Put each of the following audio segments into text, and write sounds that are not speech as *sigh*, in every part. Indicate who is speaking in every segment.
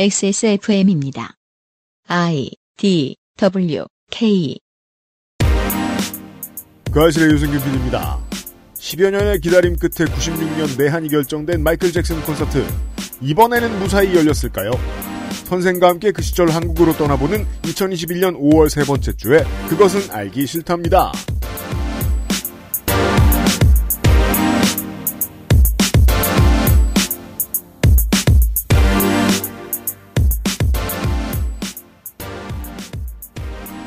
Speaker 1: XSFM입니다. I D W K
Speaker 2: 그 아실의 유승균 PD입니다. 10여 년의 기다림 끝에 96년 내한이 결정된 마이클 잭슨 콘서트. 이번에는 무사히 열렸을까요? 선생과 함께 그 시절 한국으로 떠나보는 2021년 5월 세 번째 주에 그것은 알기 싫답니다.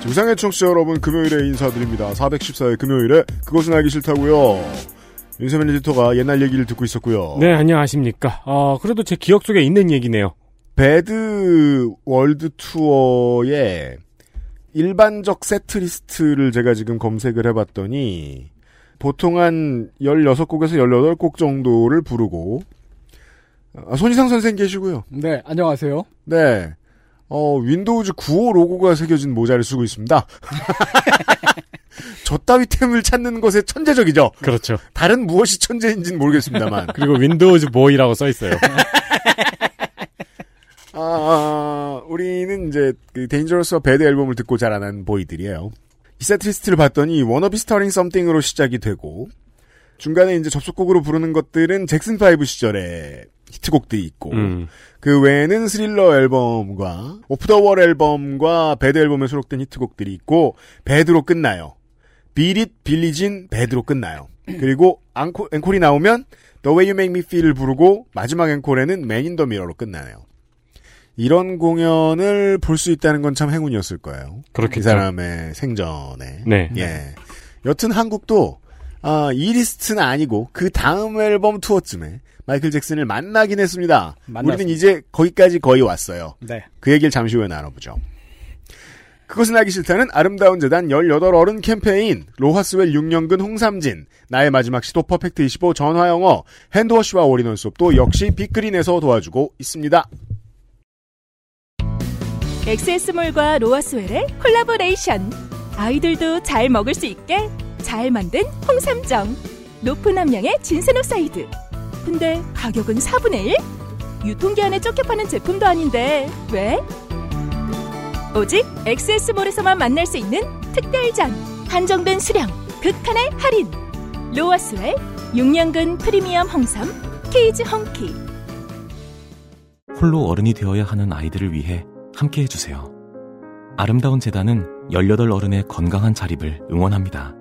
Speaker 2: 지구상의 청취자 여러분 금요일에 인사드립니다. 414회 금요일에 그것은 알기 싫다고요. 윤세민 에디터가 옛날 얘기를 듣고 있었고요.
Speaker 3: 네, 안녕하십니까. 어, 그래도 제 기억 속에 있는 얘기네요.
Speaker 2: 배드 월드 투어의 일반적 세트리스트를 제가 지금 검색을 해봤더니 보통 한 16곡에서 18곡 정도를 부르고 아, 손희상 선생 계시고요.
Speaker 4: 네, 안녕하세요.
Speaker 2: 네. 어, 윈도우즈 9호 로고가 새겨진 모자를 쓰고 있습니다. *laughs* 저 따위 템을 찾는 것에 천재적이죠.
Speaker 3: 그렇죠.
Speaker 2: 다른 무엇이 천재인지는 모르겠습니다만.
Speaker 3: 그리고 윈도우즈 보이라고 써 있어요.
Speaker 2: 아, 아, 우리는 이제 그 데인저러스와 배드 앨범을 듣고 자라난 보이들이에요. 이 세트리스트를 봤더니 워너비 스타링 썸띵으로 시작이 되고 중간에 이제 접속곡으로 부르는 것들은 잭슨 5 시절의 히트곡들이 있고
Speaker 3: *laughs* 음.
Speaker 2: 그 외에는 스릴러 앨범과 오프 더 월 앨범과 배드 앨범에 수록된 히트곡들이 있고 배드로 끝나요. 비릿 빌리진 배드로 끝나요. 그리고 앙코, 앵콜이 나오면 The Way You Make Me Feel을 부르고 마지막 앵콜에는 Man in the Mirror로 끝나네요. 이런 공연을 볼 수 있다는 건 참 행운이었을 거예요. 이
Speaker 3: 그렇겠죠.
Speaker 2: 사람의 생전에.
Speaker 3: 네.
Speaker 2: 예. 여튼 한국도 아, 이 리스트는 아니고 그 다음 앨범 투어쯤에 마이클 잭슨을 만나긴 했습니다.
Speaker 4: 만났습니다.
Speaker 2: 우리는 이제 거기까지 거의 왔어요.
Speaker 4: 네.
Speaker 2: 그 얘기를 잠시 후에 나눠보죠. 그것은 알기 싫다는 아름다운 재단 18어른 캠페인, 로하스웰 6년근 홍삼진, 나의 마지막 시도 퍼펙트 25 전화영어, 핸드워시와 올인원 수업도 역시 빅그린에서 도와주고 있습니다.
Speaker 5: 엑세스몰과 로아스웰의 콜라보레이션. 아이들도 잘 먹을 수 있게 잘 만든 홍삼정. 높은 함량의 진세노사이드. 근데 가격은 4분의 1? 유통기한에 쫓겨 파는 제품도 아닌데 왜? 오직 엑세스몰에서만 만날 수 있는 특별전. 한정된 수량, 극한의 할인. 로아스웰 6년근 프리미엄 홍삼 케이지 헝키.
Speaker 6: 홀로 어른이 되어야 하는 아이들을 위해 함께 해주세요. 아름다운 재단은 18 어른의 건강한 자립을 응원합니다.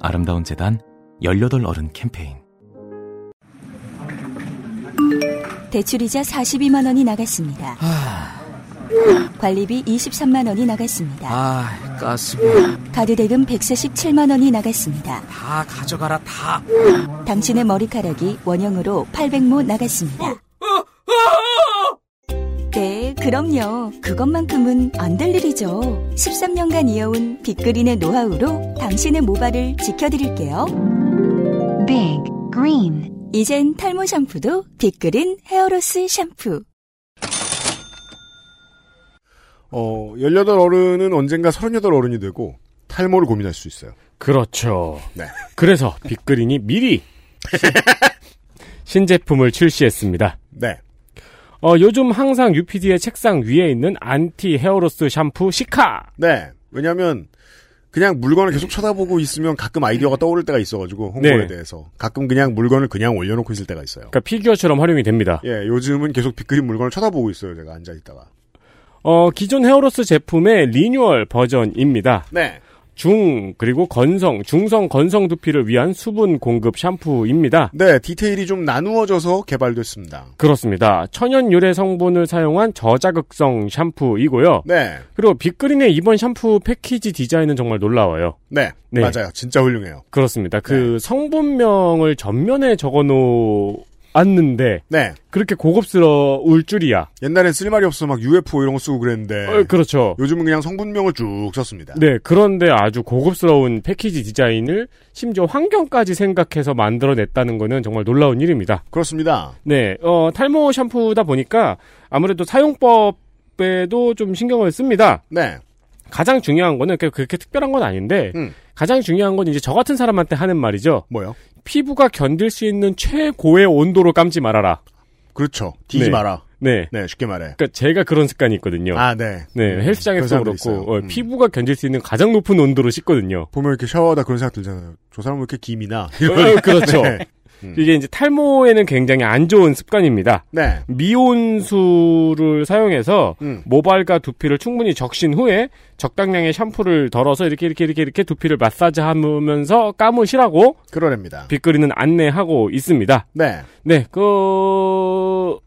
Speaker 6: 아름다운 재단 18 어른 캠페인.
Speaker 7: 대출이자 42만 원이 나갔습니다.
Speaker 8: 아.
Speaker 7: 관리비 23만 원이 나갔습니다.
Speaker 8: 아, 가스비
Speaker 7: 카드 대금 147만 원이 나갔습니다.
Speaker 8: 다 가져가라 다.
Speaker 7: 당신의 머리카락이 원형으로 800모 나갔습니다. 네, 그럼요. 그것만큼은 안 될 일이죠. 13년간 이어온 빅그린의 노하우로 당신의 모발을 지켜드릴게요.
Speaker 1: Big Green
Speaker 7: 이젠 탈모 샴푸도 빅그린 헤어로스 샴푸.
Speaker 2: 어, 18 어른은 언젠가 38 어른이 되고 탈모를 고민할 수 있어요.
Speaker 3: 그렇죠.
Speaker 2: 네.
Speaker 3: 그래서 빅그린이 *laughs* 미리 신제품을 출시했습니다.
Speaker 2: 네.
Speaker 3: 어, 요즘 항상 UPD의 책상 위에 있는 안티 헤어로스 샴푸 시카.
Speaker 2: 네. 왜냐면, 하 그냥 물건을 계속 쳐다보고 있으면 가끔 아이디어가 떠오를 때가 있어가지고, 홍보에
Speaker 3: 네.
Speaker 2: 대해서. 가끔 그냥 물건을 그냥 올려놓고 있을 때가 있어요.
Speaker 3: 그러니까 피규어처럼 활용이 됩니다.
Speaker 2: 예, 요즘은 계속 빗그린 물건을 쳐다보고 있어요, 제가 앉아있다가.
Speaker 3: 어, 기존 헤어로스 제품의 리뉴얼 버전입니다.
Speaker 2: 네.
Speaker 3: 중 그리고 건성, 중성 건성 두피를 위한 수분 공급 샴푸입니다.
Speaker 2: 네, 디테일이 좀 나누어져서 개발됐습니다.
Speaker 3: 그렇습니다. 천연 유래 성분을 사용한 저자극성 샴푸이고요.
Speaker 2: 네,
Speaker 3: 그리고 빅그린의 이번 샴푸 패키지 디자인은 정말 놀라워요.
Speaker 2: 네,
Speaker 3: 네.
Speaker 2: 맞아요. 진짜 훌륭해요.
Speaker 3: 그렇습니다. 그 성분명을 전면에 적어 놓았는데
Speaker 2: 네,
Speaker 3: 그렇게 고급스러울 줄이야.
Speaker 2: 옛날엔 쓸 말이 없어 막 UFO 이런 거 쓰고 그랬는데,
Speaker 3: 어, 그렇죠.
Speaker 2: 요즘은 그냥 성분명을 쭉 썼습니다.
Speaker 3: 네, 그런데 아주 고급스러운 패키지 디자인을 심지어 환경까지 생각해서 만들어냈다는 거는 정말 놀라운 일입니다.
Speaker 2: 그렇습니다.
Speaker 3: 네, 어, 탈모 샴푸다 보니까 아무래도 사용법에도 좀 신경을 씁니다.
Speaker 2: 네,
Speaker 3: 가장 중요한 거는 그렇게, 그렇게 특별한 건 아닌데
Speaker 2: 음.
Speaker 3: 가장 중요한 건 이제 저 같은 사람한테 하는 말이죠.
Speaker 2: 뭐요?
Speaker 3: 피부가 견딜 수 있는 최고의 온도로 감지 말아라.
Speaker 2: 그렇죠. 뒤지
Speaker 3: 네.
Speaker 2: 마라.
Speaker 3: 네.
Speaker 2: 네, 쉽게 말해.
Speaker 3: 그러니까 제가 그런 습관이 있거든요.
Speaker 2: 아, 네.
Speaker 3: 네, 헬스장에서
Speaker 2: 그런
Speaker 3: 그렇고
Speaker 2: 사람도 있어요.
Speaker 3: 어,
Speaker 2: 음.
Speaker 3: 피부가 견딜 수 있는 가장 높은 온도로
Speaker 2: *laughs*
Speaker 3: 씻거든요.
Speaker 2: 보면 이렇게 샤워하다 그런 생각 들잖아요. 저 사람은 왜 이렇게
Speaker 3: *laughs*
Speaker 2: 김이나.
Speaker 3: 어, 그렇죠.
Speaker 2: 네. 음.
Speaker 3: 이게 이제 탈모에는 굉장히 안 좋은 습관입니다.
Speaker 2: 네.
Speaker 3: 미온수를 사용해서
Speaker 2: 음.
Speaker 3: 모발과 두피를 충분히 적신 후에 적당량의 샴푸를 덜어서 이렇게 이렇게 이렇게 이렇게 두피를 마사지하면서 감으시라고
Speaker 2: 그러랍니다.
Speaker 3: 빗그리는 안내하고 있습니다.
Speaker 2: 네.
Speaker 3: 네, 그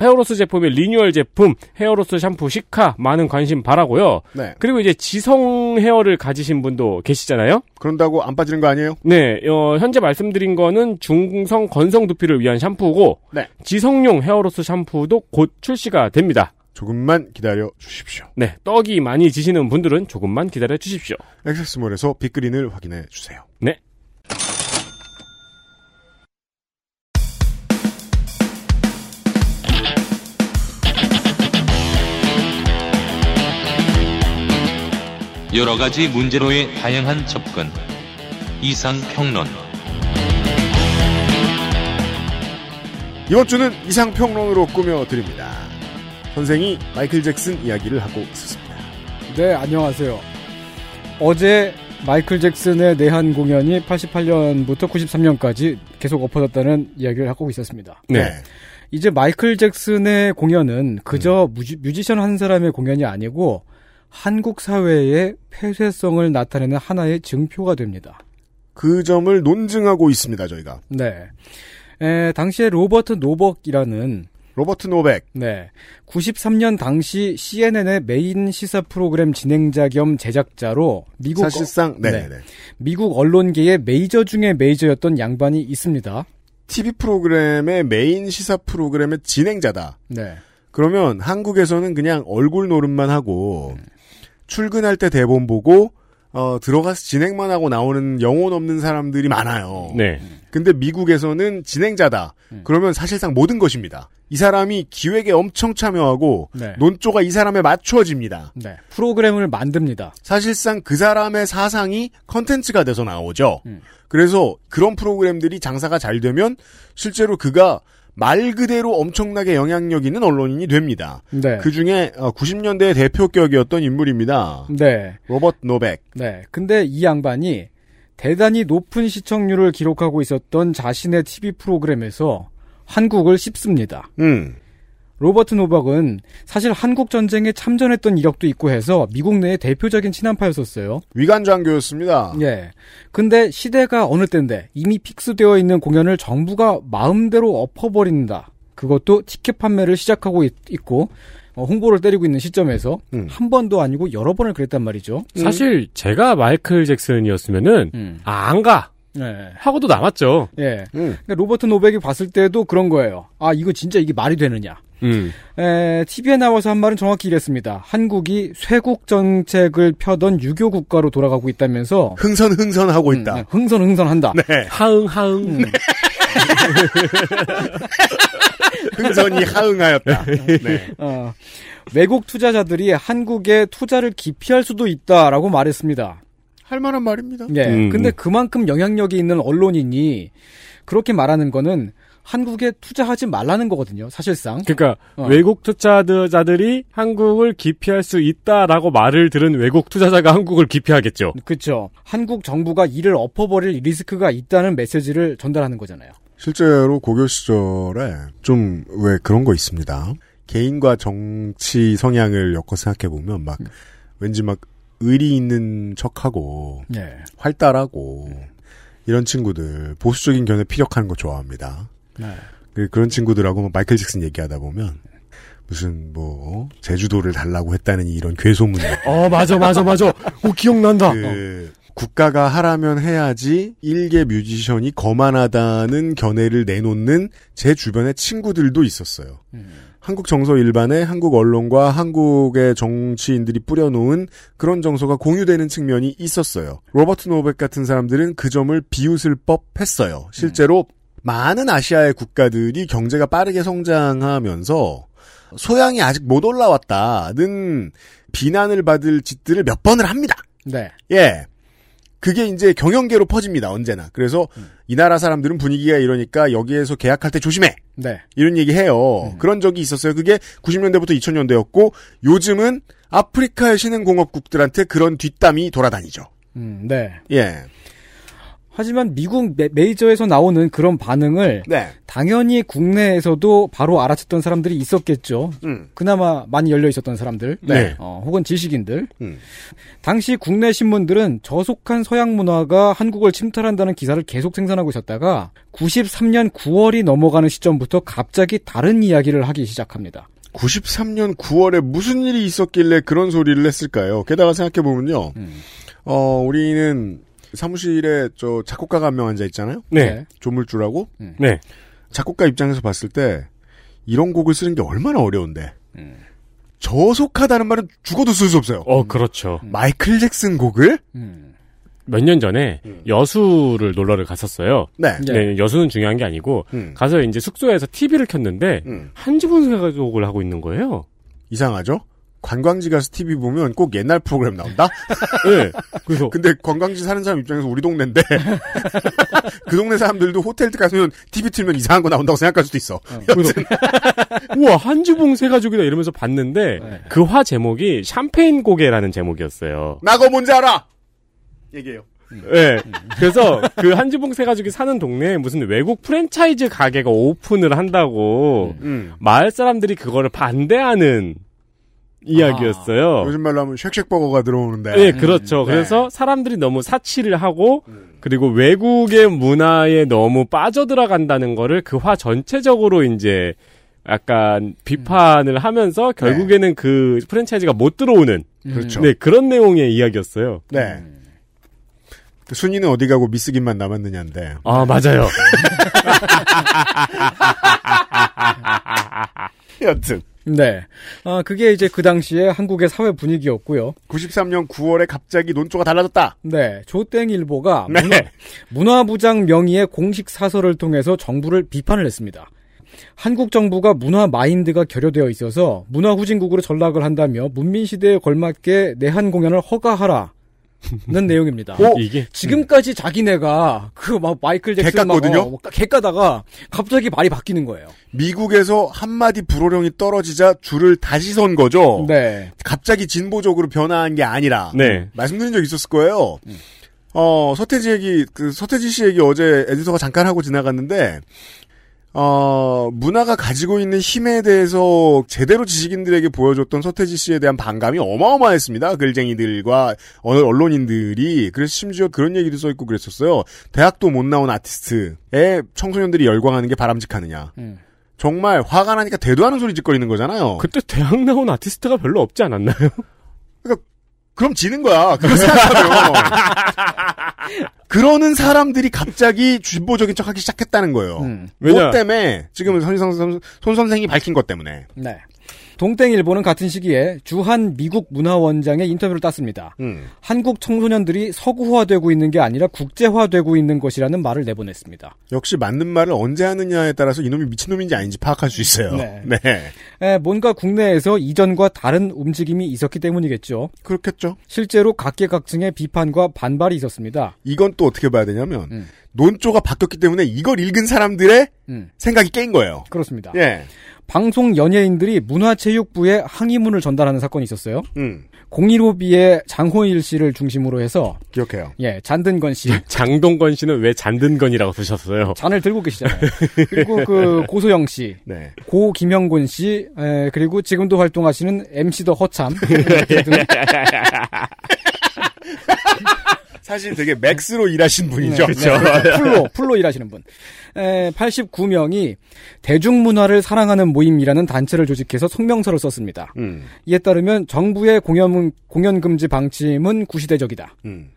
Speaker 3: 헤어로스 제품의 리뉴얼 제품 헤어로스 샴푸 시카 많은 관심 바라고요.
Speaker 2: 네.
Speaker 3: 그리고 이제 지성 헤어를 가지신 분도 계시잖아요.
Speaker 2: 그런다고 안 빠지는 거 아니에요?
Speaker 3: 네, 어, 현재 말씀드린 거는 중성 건성 두피를 위한 샴푸고
Speaker 2: 네.
Speaker 3: 지성용 헤어로스 샴푸도 곧 출시가 됩니다.
Speaker 2: 조금만 기다려 주십시오.
Speaker 3: 네, 떡이 많이 지시는 분들은 조금만 기다려 주십시오.
Speaker 2: 액세스몰에서 빅그린을 확인해 주세요.
Speaker 3: 네.
Speaker 4: 여러 가지 문제로의 다양한 접근. 이상 평론.
Speaker 2: 이번 주는 이상평론으로 꾸며드립니다. 선생이 마이클 잭슨 이야기를 하고 있었습니다.
Speaker 9: 네, 안녕하세요. 어제 마이클 잭슨의 내한 공연이 88년부터 93년까지 계속 엎어졌다는 이야기를 하고 있었습니다.
Speaker 3: 네.
Speaker 9: 이제 마이클 잭슨의 공연은 그저 뮤지, 뮤지션 한 사람의 공연이 아니고 한국 사회의 폐쇄성을 나타내는 하나의 증표가 됩니다.
Speaker 2: 그 점을 논증하고 있습니다, 저희가.
Speaker 9: 네. 에, 당시에 로버트 노벅이라는
Speaker 2: 로버트 노백.
Speaker 9: 네. 93년 당시 CNN의 메인 시사 프로그램 진행자 겸 제작자로 미국 어-
Speaker 2: 사실상,
Speaker 9: 네.
Speaker 2: 네네네.
Speaker 9: 미국 언론계의 메이저 중에 메이저였던 양반이 있습니다.
Speaker 2: TV 프로그램의 메인 시사 프로그램의 진행자다.
Speaker 9: 네.
Speaker 2: 그러면 한국에서는 그냥 얼굴 노름만 하고, 출근할 때 대본 보고, 어, 들어가서 진행만 하고 나오는 영혼 없는 사람들이 많아요.
Speaker 3: 네.
Speaker 2: 근데 미국에서는 진행자다.
Speaker 9: 음.
Speaker 2: 그러면 사실상 모든 것입니다. 이 사람이 기획에 엄청 참여하고
Speaker 9: 네.
Speaker 2: 논조가 이 사람에 맞추어집니다.
Speaker 9: 네. 프로그램을 만듭니다.
Speaker 2: 사실상 그 사람의 사상이 컨텐츠가 돼서 나오죠.
Speaker 9: 음.
Speaker 2: 그래서 그런 프로그램들이 장사가 잘 되면 실제로 그가 말 그대로 엄청나게 영향력 있는 언론인이 됩니다.
Speaker 9: 네.
Speaker 2: 그 중에 90년대의 대표격이었던 인물입니다.
Speaker 9: 네.
Speaker 2: 로버트 노백.
Speaker 9: 네. 근데 이 양반이 대단히 높은 시청률을 기록하고 있었던 자신의 TV 프로그램에서 한국을 씹습니다.
Speaker 2: 음.
Speaker 9: 로버트 노박은 사실 한국 전쟁에 참전했던 이력도 있고 해서 미국 내의 대표적인 친한파였었어요.
Speaker 2: 위관장교였습니다.
Speaker 9: 예. 근데 시대가 어느 때인데 이미 픽스되어 있는 공연을 정부가 마음대로 엎어버린다. 그것도 티켓 판매를 시작하고 있, 고 어, 홍보를 때리고 있는 시점에서
Speaker 2: 음.
Speaker 9: 한 번도 아니고 여러 번을 그랬단 말이죠.
Speaker 3: 사실 제가 마이클 잭슨이었으면은
Speaker 9: 음.
Speaker 3: 아, 안 가.
Speaker 9: 예.
Speaker 3: 하고도 남았죠.
Speaker 9: 예.
Speaker 2: 음.
Speaker 9: 근데 로버트 노백이 봤을 때도 그런 거예요. 아, 이거 진짜 이게 말이 되느냐.
Speaker 3: 음.
Speaker 9: 에, TV에 나와서 한 말은 정확히 이랬습니다. 한국이 쇄국 정책을 펴던 유교 국가로 돌아가고 있다면서
Speaker 2: 흥선흥선하고 있다.
Speaker 9: 음, 흥선 흥선한다.
Speaker 3: 하응 하응.
Speaker 9: 음.
Speaker 2: *laughs* 흥선이 하응하였다. *laughs* 네.
Speaker 9: 어, 외국 투자자들이 한국에 투자를 기피할 수도 있다라고 말했습니다.
Speaker 2: 할 만한 말입니다.
Speaker 9: 예.
Speaker 3: 음.
Speaker 9: 근데 그만큼 영향력이 있는 언론인이 그렇게 말하는 거는 한국에 투자하지 말라는 거거든요. 사실상.
Speaker 3: 그러니까
Speaker 9: 어.
Speaker 3: 외국 투자자들이 한국을 기피할 수 있다라고 말을 들은 외국 투자자가 한국을 기피하겠죠.
Speaker 9: 그렇죠. 한국 정부가 이를 엎어버릴 리스크가 있다는 메시지를 전달하는 거잖아요.
Speaker 2: 실제로 고교 시절에 좀 왜 그런 거 있습니다. 개인과 정치 성향을 엮어 생각해 보면 막 왠지 막 의리 있는 척하고
Speaker 3: 네.
Speaker 9: 예.
Speaker 2: 활달하고 이런 친구들 보수적인 견해 피력하는 거 좋아합니다.
Speaker 9: 네.
Speaker 2: 그- 그런 친구들하고 막 마이클 잭슨 얘기하다 보면 무슨 뭐 제주도를 달라고 했다는 이런 괴소문
Speaker 3: 어 맞아 맞아 맞아. 오 기억난다. 어.
Speaker 2: 그 국가가 하라면 해야지 일개 뮤지션이 거만하다는 견해를 내놓는 제 주변의 친구들도 있었어요. 한국 정서 일반에 한국 언론과 한국의 정치인들이 뿌려놓은 그런 정서가 공유되는 측면이 있었어요. 로버트 노백 같은 사람들은 그 점을 비웃을 법했어요. 실제로 많은 아시아의 국가들이 경제가 빠르게 성장하면서 소양이 아직 못 올라왔다는 비난을 받을 짓들을 몇 번을 합니다.
Speaker 9: 네.
Speaker 2: 예. 그게 이제 경영계로 퍼집니다, 언제나. 그래서 이 나라 사람들은 분위기가 이러니까 여기에서 계약할 때 조심해.
Speaker 9: 네.
Speaker 2: 이런 얘기 해요. 그런 적이 있었어요. 그게 90년대부터 2000년대였고 요즘은 아프리카의 신흥 공업국들한테 그런 뒷담이 돌아다니죠.
Speaker 9: 음, 네.
Speaker 2: 예.
Speaker 9: 하지만 미국 매, 메이저에서 나오는 그런 반응을
Speaker 2: 네.
Speaker 9: 당연히 국내에서도 바로 알아챘던 사람들이 있었겠죠.
Speaker 2: 음.
Speaker 9: 그나마 많이 열려 있었던 사람들,
Speaker 2: 네.
Speaker 9: 어, 혹은 지식인들.
Speaker 2: 음.
Speaker 9: 당시 국내 신문들은 저속한 서양 문화가 한국을 침탈한다는 기사를 계속 생산하고 있었다가 93년 9월이 넘어가는 시점부터 갑자기 다른 이야기를 하기 시작합니다.
Speaker 2: 93년 9월에 무슨 일이 있었길래 그런 소리를 했을까요? 게다가 생각해보면요.
Speaker 9: 음.
Speaker 2: 어, 우리는 사무실에 저 작곡가가 한 명 앉아 있잖아요?
Speaker 3: 네.
Speaker 2: 조물주라고?
Speaker 3: 네.
Speaker 2: 작곡가 입장에서 봤을 때 이런 곡을 쓰는 게 얼마나 어려운데.
Speaker 9: 음.
Speaker 2: 저속하다는 말은 죽어도 쓸 수 없어요.
Speaker 3: 어, 그렇죠.
Speaker 2: 마이클 잭슨 곡을?
Speaker 9: 음.
Speaker 3: 몇 년 전에 여수를 놀러를 갔었어요.
Speaker 2: 네.
Speaker 9: 네.
Speaker 3: 음. 네, 여수는 중요한 게 아니고
Speaker 2: 음.
Speaker 3: 가서 이제 숙소에서 TV를 켰는데
Speaker 2: 음.
Speaker 3: 한지분 가족을 하고 있는 거예요.
Speaker 2: 이상하죠? 관광지 가서 TV 보면 꼭 옛날 프로그램 *laughs* 나온다?
Speaker 3: 네. 그래서
Speaker 2: 근데 관광지 사는 사람 입장에서 우리 *laughs* 동네인데 그 동네 사람들도 호텔 가면 TV 틀면 이상한 거 나온다고 생각할 수도 있어.
Speaker 3: 그래서 *laughs* 우와 한지봉 세 가족이다 이러면서 봤는데
Speaker 9: 네.
Speaker 3: 그 화 제목이 샴페인 고개라는 제목이었어요.
Speaker 2: 나 그거 뭔지 알아. 얘기해요.
Speaker 3: 예. 그래서 그 한지봉 세 가족이 사는 동네에 무슨 외국 프랜차이즈 가게가 오픈을 한다고
Speaker 2: 음.
Speaker 3: 마을 사람들이 그거를 반대하는 이야기였어요.
Speaker 2: 아, 요즘 말로 하면 쉑쉑버거가 들어오는데.
Speaker 3: 네, 그렇죠.
Speaker 2: 음, 네.
Speaker 3: 그래서 사람들이 너무 사치를 하고 그리고 외국의 문화에 너무 빠져들어간다는 거를 그 화 전체적으로 이제 약간 비판을 하면서 결국에는 그 프랜차이즈가 못 들어오는
Speaker 2: 네. 그렇죠.
Speaker 3: 네, 그런 내용의 이야기였어요.
Speaker 2: 네. 그 순위는 어디 가고 미스김만 남았느냐인데.
Speaker 3: 아, 맞아요.
Speaker 2: 여튼
Speaker 9: 네. 아, 그게 이제 그 당시에 한국의 사회 분위기였고요.
Speaker 2: 93년 9월에 갑자기 논조가 달라졌다.
Speaker 9: 네. 조땡일보가
Speaker 2: 네.
Speaker 9: 문화부장 명의의 공식 사설을 통해서 정부를 비판을 했습니다. 한국 정부가 문화 마인드가 결여되어 있어서 문화 후진국으로 전락을 한다며 문민 시대에 걸맞게 내한
Speaker 2: *laughs*
Speaker 9: 공연을 허가하라는 내용입니다.
Speaker 2: 어?
Speaker 3: 이게
Speaker 9: 지금까지 자기네가 그 막 마이클 잭슨 막
Speaker 2: 개깠거든요?
Speaker 9: 어, 개까다가 갑자기 말이 바뀌는 거예요.
Speaker 2: 미국에서 한마디 불호령이 떨어지자 줄을 다시 선 거죠.
Speaker 9: 네.
Speaker 2: 갑자기 진보적으로 변화한 게 아니라
Speaker 3: 네.
Speaker 2: 말씀드린 적 있었을 거예요. 어 서태지 얘기 그 서태지 씨 얘기 어제 에디터가 잠깐 하고 지나갔는데 어 문화가 가지고 있는 힘에 대해서 제대로 지식인들에게 보여줬던 서태지 씨에 대한 반감이 어마어마했습니다. 그 글쟁이들과 어느 언론인들이 그래서 심지어 그런 얘기도 써 있고 그랬었어요. 대학도 못 나온 아티스트에 청소년들이 열광하는 게 바람직하느냐.
Speaker 9: 음.
Speaker 2: 정말 화가 나니까 대도 하는 소리 짓거리는 거잖아요.
Speaker 3: 그때 대학 나온 아티스트가 별로 없지 않았나요? *laughs*
Speaker 2: 그럼 지는 거야. 그거 생각하면. 그러는 사람들이 갑자기 진보적인 척하기 시작했다는 거예요.
Speaker 9: 음.
Speaker 2: 그것
Speaker 3: 왜냐?
Speaker 2: 때문에 지금 손, 선, 손 선생이 밝힌 것 때문에.
Speaker 9: 네. 동땡일보는 같은 시기에 주한 미국 문화원장의 인터뷰를 땄습니다.
Speaker 2: 음.
Speaker 9: 한국 청소년들이 서구화되고 있는 게 아니라 국제화되고 있는 것이라는 말을 내보냈습니다.
Speaker 2: 역시 맞는 말을 언제 하느냐에 따라서 이놈이 미친놈인지 아닌지 파악할 수 있어요. *laughs*
Speaker 9: 네.
Speaker 2: 네.
Speaker 9: 에, 뭔가 국내에서 이전과 다른 움직임이 있었기 때문이겠죠.
Speaker 2: 그렇겠죠.
Speaker 9: 실제로 각계각층의 비판과 반발이 있었습니다.
Speaker 2: 이건 또 어떻게 봐야 되냐면
Speaker 9: 음.
Speaker 2: 논조가 바뀌었기 때문에 이걸 읽은 사람들의
Speaker 9: 음,
Speaker 2: 생각이 깨인 거예요.
Speaker 9: 그렇습니다.
Speaker 2: 예.
Speaker 9: 방송 연예인들이 문화체육부에 항의문을 전달하는 사건이 있었어요.
Speaker 2: 음.
Speaker 9: 015B의 장호일 씨를 중심으로 해서
Speaker 2: 기억해요.
Speaker 9: 예, 잔든건 씨
Speaker 3: 장동건 씨는 왜 잔든건이라고 쓰셨어요?
Speaker 9: 잔을 들고 계시잖아요. 그리고 그 고소영 씨,
Speaker 2: 네.
Speaker 9: 고 김영곤 씨, 에, 그리고 지금도 활동하시는 MC 더 허참 등등
Speaker 2: 사실 되게 맥스로 일하신 분이죠.
Speaker 9: 네, 풀로 풀로 일하시는 분. 에, 89명이 대중문화를 사랑하는 모임이라는 단체를 조직해서 성명서를 썼습니다.
Speaker 2: 음.
Speaker 9: 이에 따르면 정부의 공연 공연 금지 방침은 구시대적이다.
Speaker 2: 음.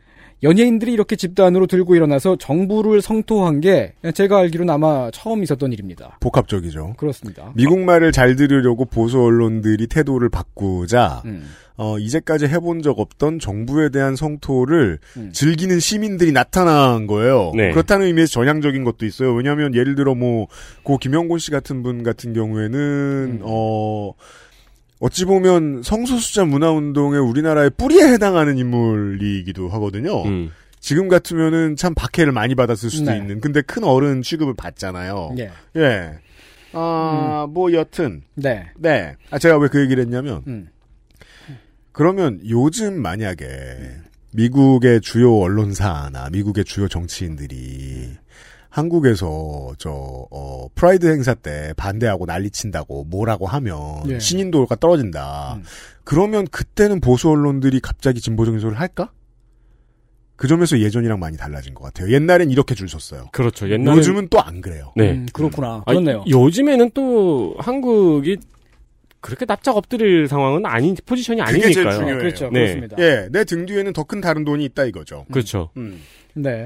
Speaker 9: 연예인들이 이렇게 집단으로 들고 일어나서 정부를 성토한 게 제가 알기로는 아마 처음 있었던 일입니다.
Speaker 2: 복합적이죠.
Speaker 9: 그렇습니다.
Speaker 2: 미국 말을 잘 들으려고 보수 언론들이 태도를 바꾸자
Speaker 9: 음.
Speaker 2: 어, 이제까지 해본 적 없던 정부에 대한 성토를
Speaker 9: 음.
Speaker 2: 즐기는 시민들이 나타난 거예요.
Speaker 3: 네.
Speaker 2: 그렇다는 의미에서 전향적인 것도 있어요. 왜냐하면 예를 들어 뭐 고 김영곤 씨 같은 분 같은 경우에는 어 어찌 보면 성소수자 문화운동의 우리나라의 뿌리에 해당하는 인물이기도 하거든요.
Speaker 3: 음.
Speaker 2: 지금 같으면은 참 박해를 많이 받았을 수도
Speaker 9: 네.
Speaker 2: 있는. 근데 큰 어른 취급을 받잖아요.
Speaker 9: 예.
Speaker 2: 예. 아, 뭐 여튼
Speaker 9: 네.
Speaker 2: 네. 아, 제가 왜 그 얘기를 했냐면
Speaker 9: 음.
Speaker 2: 그러면 요즘 만약에 미국의 주요 언론사나 미국의 주요 정치인들이 한국에서 저 어, 프라이드 행사 때 반대하고 난리친다고 뭐라고 하면 네.
Speaker 9: 예.
Speaker 2: 신인도가 떨어진다.
Speaker 9: 음.
Speaker 2: 그러면 그때는 보수 언론들이 갑자기 진보적인 소리를 할까? 그 점에서 예전이랑 많이 달라진 것 같아요. 옛날엔 이렇게 줄 섰어요.
Speaker 3: 그렇죠. 옛날에
Speaker 2: 요즘은 또 안 그래요.
Speaker 3: 네.
Speaker 9: 음, 그렇구나.
Speaker 3: 아니,
Speaker 9: 그렇네요.
Speaker 3: 요즘에는 또 한국이 그렇게 납작 엎드릴 상황은 아닌 포지션이
Speaker 2: 그게 제일
Speaker 3: 아니니까요.
Speaker 2: 중요해요.
Speaker 9: 그렇죠.
Speaker 3: 네.
Speaker 9: 그렇습니다.
Speaker 2: 예, 내 등 뒤에는 더 큰 다른 돈이 있다 이거죠.
Speaker 3: 그렇죠.
Speaker 2: 음.
Speaker 9: 네.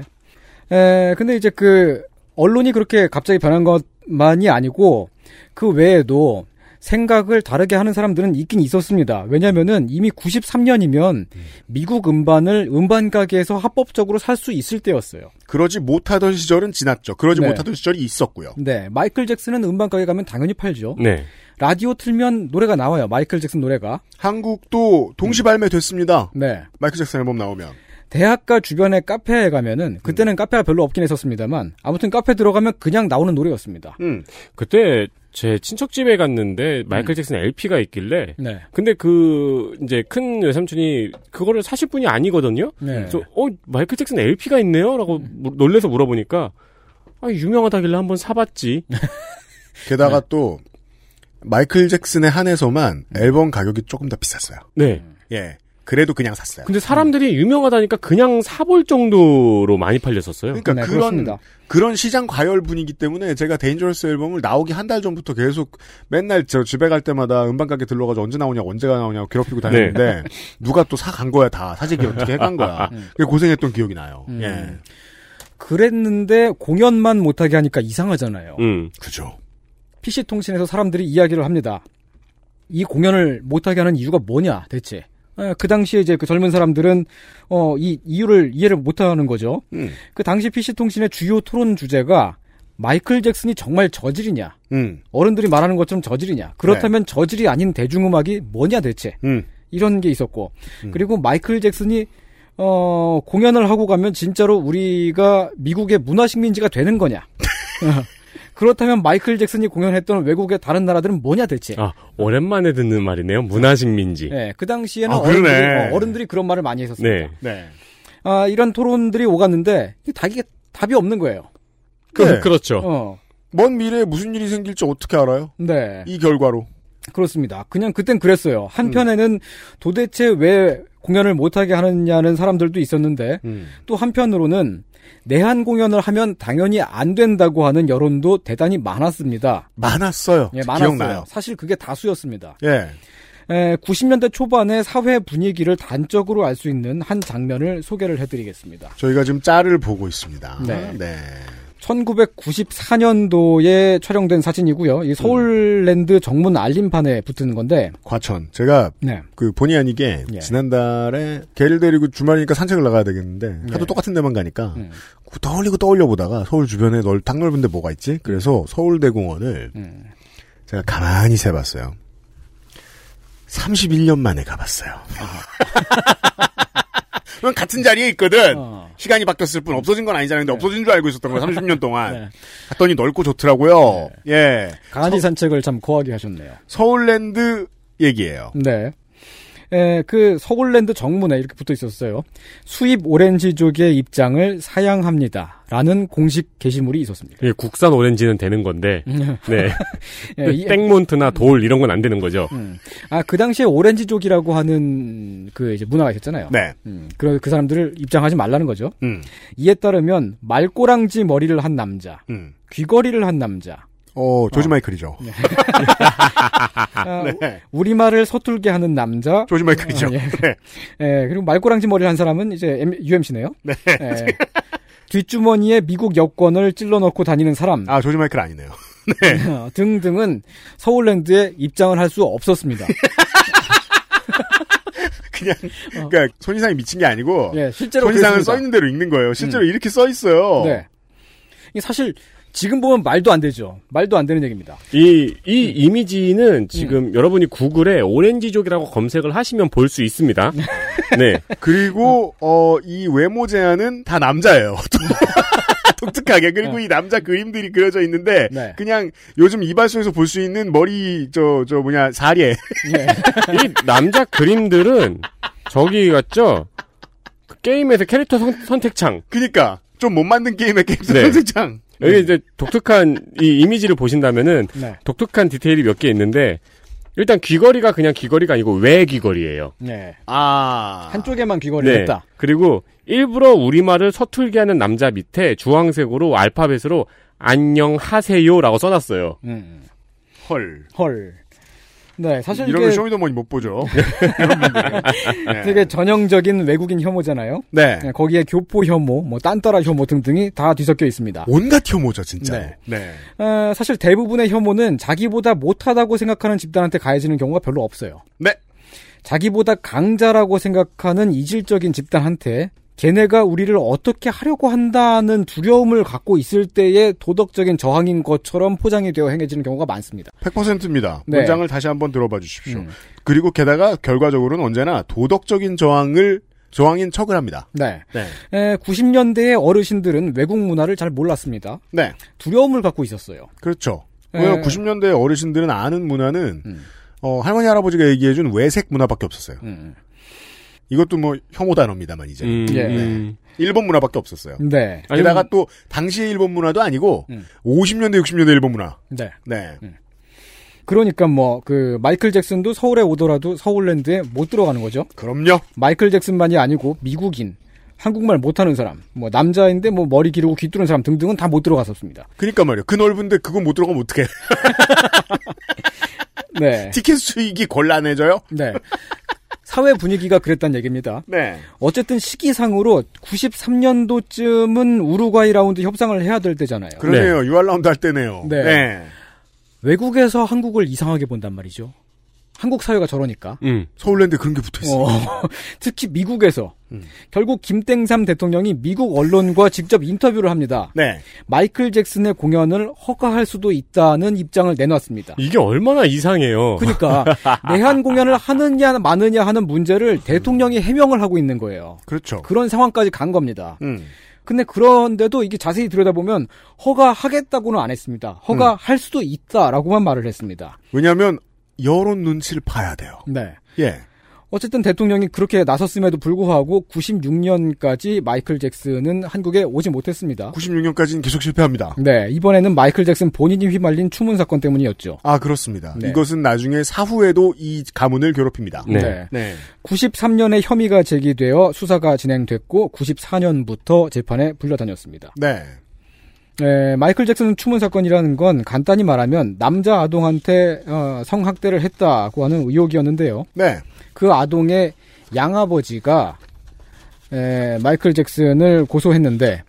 Speaker 9: 에, 근데 이제 그, 언론이 그렇게 갑자기 변한 것만이 아니고, 그 외에도 생각을 다르게 하는 사람들은 있긴 있었습니다. 왜냐면은 이미 93년이면
Speaker 2: 음.
Speaker 9: 미국 음반을 음반가게에서 합법적으로 살 수 있을 때였어요.
Speaker 2: 그러지 못하던 시절은 지났죠. 그러지
Speaker 9: 네.
Speaker 2: 못하던 시절이 있었고요.
Speaker 9: 네. 마이클 잭슨은 음반가게 가면 당연히 팔죠.
Speaker 3: 네.
Speaker 9: 라디오 틀면 노래가 나와요. 마이클 잭슨 노래가.
Speaker 2: 한국도 동시 발매됐습니다.
Speaker 9: 네.
Speaker 2: 마이클 잭슨 앨범 나오면.
Speaker 9: 대학가 주변에 카페에 가면은, 그때는 카페가 별로 없긴 했었습니다만, 아무튼 카페 들어가면 그냥 나오는 노래였습니다.
Speaker 2: 음.
Speaker 3: 그때 제 친척 집에 갔는데 마이클 잭슨 LP가 있길래
Speaker 9: 네.
Speaker 3: 근데 그 이제 큰 외삼촌이 그거를 사실 분이 아니거든요.
Speaker 9: 네.
Speaker 3: 그래서 어 마이클 잭슨 LP가 있네요라고 물- 놀래서 물어보니까 아 유명하다길래 한번 사봤지.
Speaker 2: 게다가 또 마이클 잭슨에 한해서만 앨범 가격이 조금 더 비쌌어요.
Speaker 3: 네.
Speaker 2: 음.
Speaker 9: 음.
Speaker 2: 예. 그래도 그냥 샀어요.
Speaker 3: 근데 사람들이 유명하다니까 그냥 사볼 정도로 많이 팔렸었어요.
Speaker 2: 그러니까
Speaker 9: 네,
Speaker 2: 그런
Speaker 9: 그렇습니다.
Speaker 2: 그런 시장 과열 분위기 때문에 제가 데인저러스 앨범을 나오기 한 달 전부터 계속 맨날 저 집에 갈 때마다 음반 가게 들러가지고 언제 나오냐 언제가 나오냐고 괴롭히고 다녔는데 누가 또 사 간 거야 다 사재기 어떻게 해간 *laughs* 거야 그래서 고생했던 기억이 나요.
Speaker 9: 음.
Speaker 2: 예,
Speaker 9: 그랬는데 공연만 못하게 하니까 이상하잖아요.
Speaker 3: 음.
Speaker 2: 그죠.
Speaker 9: PC통신에서 사람들이 이야기를 합니다. 이 공연을 못하게 하는 이유가 뭐냐, 대체. 에, 그 당시에 이제 그 젊은 사람들은, 어, 이 이유를 이해를 못하는 거죠.
Speaker 2: 음.
Speaker 9: 그 당시 PC통신의 주요 토론 주제가 마이클 잭슨이 정말 저질이냐.
Speaker 2: 음,
Speaker 9: 어른들이 말하는 것처럼 저질이냐. 그렇다면 저질이 아닌 대중음악이 뭐냐, 대체.
Speaker 2: 음.
Speaker 9: 이런 게 있었고.
Speaker 2: 음.
Speaker 9: 그리고 마이클 잭슨이 어, 공연을 하고 가면 진짜로 우리가 미국의 문화 식민지가
Speaker 2: *laughs*
Speaker 9: 되는 거냐? 그렇다면 마이클 잭슨이 공연했던 외국의 다른 나라들은 뭐냐 대체?
Speaker 3: 아 오랜만에 듣는 말이네요. 문화식민지.
Speaker 9: 예, 그 당시에는
Speaker 2: 아, 그러네.
Speaker 9: 어른들이, 어, 어른들이 그런 말을 많이 했었습니다.
Speaker 3: 네.
Speaker 2: 네.
Speaker 9: 아, 이런 토론들이 오갔는데 이게 다 이게 답이 없는 거예요.
Speaker 2: 네.
Speaker 3: 그렇죠.
Speaker 9: 어,
Speaker 2: 먼 미래에 무슨 일이 생길지 어떻게 알아요?
Speaker 9: 네.
Speaker 2: 이 결과로.
Speaker 9: 그렇습니다. 그냥 그땐 그랬어요. 한편에는
Speaker 2: 음.
Speaker 9: 도대체 왜 공연을 못하게 하느냐는 사람들도 있었는데, 또 한편으로는 내한 공연을 하면 당연히 안 된다고 하는 여론도 대단히 많았습니다.
Speaker 2: 많았어요.
Speaker 9: 예, 많았어요.
Speaker 2: 기억나요.
Speaker 9: 사실 그게 다수였습니다.
Speaker 2: 예.
Speaker 9: 에, 90년대 초반의 사회 분위기를 단적으로 알 수 있는 한 장면을 소개를 해드리겠습니다.
Speaker 2: 저희가 지금 짤을 보고 있습니다.
Speaker 9: 네.
Speaker 2: 1994년도에
Speaker 9: 촬영된 사진이고요. 이 서울랜드 정문 알림판에 붙은 건데,
Speaker 2: 과천. 제가
Speaker 9: 네,
Speaker 2: 그 본의 아니게
Speaker 9: 예.
Speaker 2: 지난달에 개를 데리고 주말이니까 산책을 나가야 되겠는데
Speaker 9: 예.
Speaker 2: 하도 똑같은 데만 가니까
Speaker 9: 음.
Speaker 2: 그 떠올리고 떠올려 보다가 서울 주변에 넓, 딱 넓은 데 뭐가 있지? 그래서 서울대공원을
Speaker 9: 음.
Speaker 2: 제가 가만히 세봤어요. 31년 만에 가봤어요.
Speaker 9: 아.
Speaker 2: *laughs* 그럼 같은 자리에 있거든.
Speaker 9: 어.
Speaker 2: 시간이 바뀌었을 뿐 없어진 건 아니잖아요. 근데 없어진 줄 알고 있었던 거예요.
Speaker 9: *laughs*
Speaker 2: 30년 동안.
Speaker 9: 네.
Speaker 2: 갔더니 넓고 좋더라고요. 예.
Speaker 9: 강아지 산책을 참 거하게 하셨네요.
Speaker 2: 서울랜드 얘기예요.
Speaker 9: 네. 에, 그 서울랜드 정문에 이렇게 붙어 있었어요. 수입 오렌지족의 입장을 사양합니다. 라는 공식 게시물이 있었습니다.
Speaker 3: 이게 국산 오렌지는 되는
Speaker 9: *laughs*
Speaker 3: 건데. 네.
Speaker 2: 그
Speaker 9: 예, 이-
Speaker 3: 땡몬트나 돌 이런 건 안 되는 거죠.
Speaker 9: 음. 아, 그 당시에 오렌지족이라고 하는 그 이제 문화가 있었잖아요.
Speaker 2: 네.
Speaker 9: 음, 그, 그 사람들을 입장하지 말라는 거죠.
Speaker 2: 음.
Speaker 9: 이에 따르면 말꼬랑지 머리를 한 남자,
Speaker 2: 음.
Speaker 9: 귀걸이를 한 남자,
Speaker 2: 어, 조지 마이클이죠.
Speaker 9: 네. 아,
Speaker 2: 네.
Speaker 9: 우리말을 서툴게 하는 남자,
Speaker 2: *laughs* 조지 마이클이죠.
Speaker 9: 어, 예.
Speaker 2: 네. *laughs*
Speaker 9: 예, 그리고 말꼬랑지 머리를 한 사람은 이제 UMC네요. 네. 뒷주머니에 미국 여권을 찔러 넣고 다니는 사람
Speaker 2: 아, 조지 마이클 아니네요. *laughs*
Speaker 9: 어, *laughs* 등등은 서울랜드에 입장을 할
Speaker 2: *laughs*
Speaker 9: 수 없었습니다.
Speaker 2: 그냥, 그니까, 손이상이 미친 게 아니고,
Speaker 9: 어. 예, 실제로
Speaker 2: 손이상은
Speaker 9: 그랬습니다. 음.
Speaker 2: 써있는 대로 읽는 거예요. 실제로 이렇게 써있어요.
Speaker 9: 네. 이게 사실 지금 보면 말도 안 되죠. 말도 안 되는 얘기입니다.
Speaker 3: 이, 이 이미지는
Speaker 9: 예.
Speaker 3: 지금 여러분이 구글에 오렌지족이라고 검색을 하시면 볼 수 있습니다. 네.
Speaker 2: 그리고 어, 이 외모 제한은 다 남자예요. *laughs* 독특하게 그리고 이 남자 그림들이 그려져 있는데
Speaker 9: 네.
Speaker 2: 그냥 요즘 이발소에서 볼 수 있는 머리 저 저 뭐냐 사리에 *laughs*
Speaker 9: 예.
Speaker 3: 이 남자 그림들은 저기 같죠? 그 게임에서 캐릭터 선, 선택창.
Speaker 2: 그니까 좀 못 만든 게임의 게임
Speaker 3: 네.
Speaker 2: 선생장
Speaker 9: 예.
Speaker 3: 여기 이제 독특한 이 이미지를 보신다면은
Speaker 9: 네.
Speaker 3: 독특한 디테일이 몇 개 있는데 일단 귀걸이가 그냥 귀걸이가 아니고 왜 귀걸이에요. 네.
Speaker 9: 네.
Speaker 2: 아
Speaker 9: 한쪽에만 귀걸이를 했다.
Speaker 3: 그리고 일부러 우리말을 서툴게 하는 남자 밑에 주황색으로 알파벳으로 안녕하세요라고 써놨어요.
Speaker 9: 음.
Speaker 2: 헐
Speaker 9: 헐. 네, 사실
Speaker 2: 이런 걸
Speaker 9: 이게 네.
Speaker 2: 쇼미더머니 못 보죠.
Speaker 9: *laughs* 되게 전형적인 외국인 혐오잖아요.
Speaker 2: 네.
Speaker 9: 네, 거기에 교포 혐오, 뭐 딴따라 혐오 등등이 다 뒤섞여 있습니다.
Speaker 2: 온갖 혐오죠 진짜.
Speaker 9: 네.
Speaker 2: 네.
Speaker 9: 어, 사실 대부분의 혐오는 자기보다 못하다고 생각하는 집단한테 가해지는 경우가 별로 없어요.
Speaker 2: 네.
Speaker 9: 자기보다 강자라고 생각하는 이질적인 집단한테 걔네가 우리를 어떻게 하려고 한다는 두려움을 갖고 있을 때의 도덕적인 저항인 것처럼 포장이 되어 행해지는 경우가 많습니다.
Speaker 2: 100%입니다.
Speaker 9: 네.
Speaker 2: 문장을 다시 한번 들어봐 주십시오.
Speaker 9: 음.
Speaker 2: 그리고 게다가 결과적으로는 언제나 도덕적인 저항을 저항인 척을 합니다.
Speaker 9: 네.
Speaker 2: 네.
Speaker 9: 90년대의 어르신들은 외국 문화를 잘 몰랐습니다.
Speaker 2: 네.
Speaker 9: 두려움을 갖고 있었어요.
Speaker 2: 그렇죠.
Speaker 9: 예.
Speaker 2: 왜냐면 90년대 어르신들은 아는 문화는
Speaker 9: 음.
Speaker 2: 어, 할머니 할아버지가 얘기해준 외색 문화밖에 없었어요.
Speaker 9: 음.
Speaker 2: 이것도 뭐 혐오 단어입니다만 이제
Speaker 3: 음,
Speaker 9: 예.
Speaker 3: 음.
Speaker 2: 일본 문화밖에 없었어요.
Speaker 9: 네.
Speaker 2: 게다가
Speaker 3: 아니면-
Speaker 2: 또 당시의 일본 문화도 아니고
Speaker 9: 음.
Speaker 2: 50년대 60년대 일본 문화.
Speaker 9: 네.
Speaker 2: 네.
Speaker 9: 그러니까 뭐 그 마이클 잭슨도 서울에 오더라도 서울랜드에 못 들어가는 거죠.
Speaker 2: 그럼요.
Speaker 9: 마이클 잭슨만이 아니고 미국인, 한국말 못하는 사람, 뭐 남자인데 뭐 머리 기르고 귀 뚫은 사람 등등은 다 못 들어갔었습니다.
Speaker 2: 그니까 말이에요. 그 넓은데 그거 못 들어가면 어떡해. *laughs*
Speaker 9: 네.
Speaker 2: 티켓 수익이 곤란해져요?
Speaker 9: 네. 사회 분위기가 그랬단 얘기입니다.
Speaker 2: 네.
Speaker 9: 어쨌든 시기상으로 93년도쯤은 우루과이 라운드 협상을 해야 될 때잖아요.
Speaker 2: 그러네요. 유알라운드 할 때네요.
Speaker 9: 네. 외국에서 한국을 이상하게 본단 말이죠. 한국 사회가 저러니까.
Speaker 3: 음.
Speaker 2: 서울랜드 그런 게 붙어 있어요.
Speaker 9: 어, *laughs* 특히 미국에서
Speaker 2: 음.
Speaker 9: 결국 김땡삼 대통령이 미국 언론과 직접 인터뷰를 합니다.
Speaker 2: 네.
Speaker 9: 마이클 잭슨의 공연을 허가할 수도 있다는 입장을 내놨습니다.
Speaker 3: 이게 얼마나 이상해요.
Speaker 9: 그러니까 내한 공연을 하느냐 마느냐 하는 문제를 대통령이 해명을 하고 있는 거예요.
Speaker 2: 그렇죠.
Speaker 9: 그런 상황까지 간 겁니다.
Speaker 2: 음.
Speaker 9: 근데 그런데도 이게 자세히 들여다보면 허가하겠다고는 안 했습니다. 허가할 수도 있다라고만 말을 했습니다.
Speaker 2: 왜냐하면 여론 눈치를 봐야 돼요.
Speaker 9: 네.
Speaker 2: 예.
Speaker 9: 어쨌든 대통령이 그렇게 나섰음에도 불구하고 96년까지 마이클 잭슨은 한국에 오지 못했습니다.
Speaker 2: 96년까지는 계속 실패합니다.
Speaker 9: 네, 이번에는 마이클 잭슨 본인이 휘말린 추문 사건 때문이었죠.
Speaker 2: 아 그렇습니다.
Speaker 9: 네.
Speaker 2: 이것은 나중에 사후에도 이 가문을 괴롭힙니다.
Speaker 3: 네.
Speaker 9: 93년에 혐의가 제기되어 수사가 진행됐고 94년부터 재판에 불려다녔습니다.
Speaker 2: 네.
Speaker 9: 에, 마이클 잭슨 추문 사건이라는 건 간단히 말하면 남자 아동한테 어, 성학대를 했다고 하는 의혹이었는데요.
Speaker 2: 네.
Speaker 9: 그 아동의 양아버지가 에, 마이클 잭슨을 고소했는데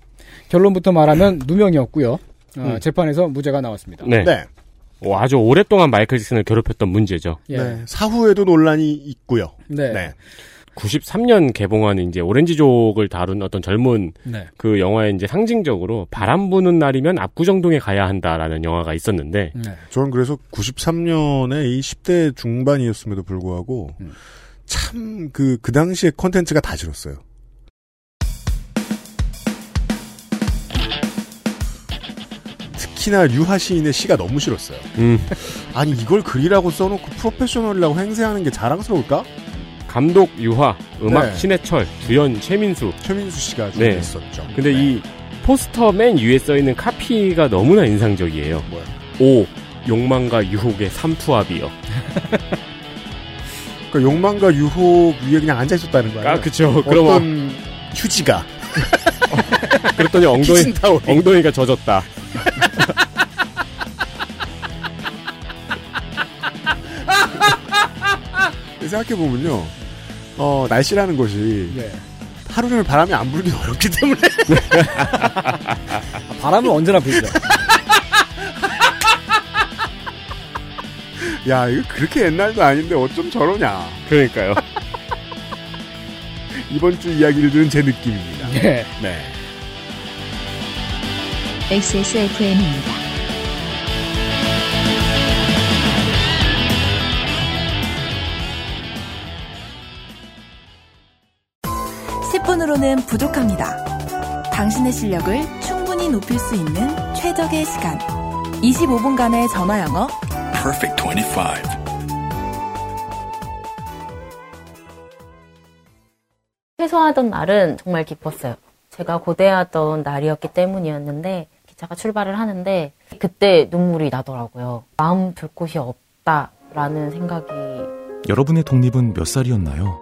Speaker 9: 결론부터 말하면 누명이었고요. 어,
Speaker 2: 음.
Speaker 9: 재판에서 무죄가 나왔습니다.
Speaker 3: 네.
Speaker 2: 네. 네.
Speaker 3: 오, 아주 오랫동안 마이클 잭슨을 괴롭혔던 문제죠.
Speaker 9: 예.
Speaker 2: 네. 사후에도 논란이 있고요.
Speaker 9: 네.
Speaker 3: 93년 개봉한 이제 오렌지족을 다룬 어떤 젊은
Speaker 9: 네.
Speaker 3: 그 영화의 이제 상징적으로 바람 부는 날이면 압구정동에 가야 한다라는 영화가 있었는데
Speaker 9: 네.
Speaker 2: 저는 그래서 93년에 이 10대 중반이었음에도 불구하고
Speaker 9: 음.
Speaker 2: 참 그 그 당시의 컨텐츠가 다 싫었어요. 특히나 유하 시인의 시가 너무 싫었어요.
Speaker 3: 음,
Speaker 2: 아니 이걸 글이라고 써놓고 프로페셔널이라고 행세하는 게 자랑스러울까?
Speaker 3: 감독 유화, 음악
Speaker 2: 네.
Speaker 3: 신해철, 주연 최민수.
Speaker 2: 최민수 씨가 좀
Speaker 3: 네.
Speaker 2: 했었죠.
Speaker 3: 근데
Speaker 2: 네.
Speaker 3: 이 포스터 맨 위에 써 있는 카피가 너무나 인상적이에요.
Speaker 2: 뭐야?
Speaker 3: 오 욕망과 유혹의 삼투압이요.
Speaker 2: 그러니까 욕망과 유혹 위에 그냥 앉아 있었다는 거야.
Speaker 3: 아 *laughs* 그쵸.
Speaker 2: 어떤
Speaker 3: 그럼
Speaker 2: 휴지가
Speaker 3: 그랬더니 엉덩이
Speaker 2: 키친타올.
Speaker 3: *laughs* 엉덩이가 젖었다.
Speaker 2: *laughs* 생각해 보면요. 어 날씨라는 것이
Speaker 9: 예.
Speaker 2: 하루 종일 바람이 안 불기 어렵기 때문에 *laughs*
Speaker 9: 아, 바람은 언제나 불죠. *laughs*
Speaker 2: 야 이거 그렇게 옛날도 아닌데 어쩜 저러냐 *laughs*
Speaker 3: 그러니까요. 네.
Speaker 2: 네. 이번 주 이야기를 들은 제 느낌입니다.
Speaker 9: 예.
Speaker 2: 네.
Speaker 1: XSFM입니다.
Speaker 10: Perfect 25.
Speaker 11: 퇴소하던 날은 정말 기뻤어요. 제가 고대하던 날이었기 때문이었는데 기차가 출발을 하는데 그때 눈물이 나더라고요. 마음 둘 곳이 없다라는 생각이
Speaker 6: 여러분의 독립은 몇 살이었나요?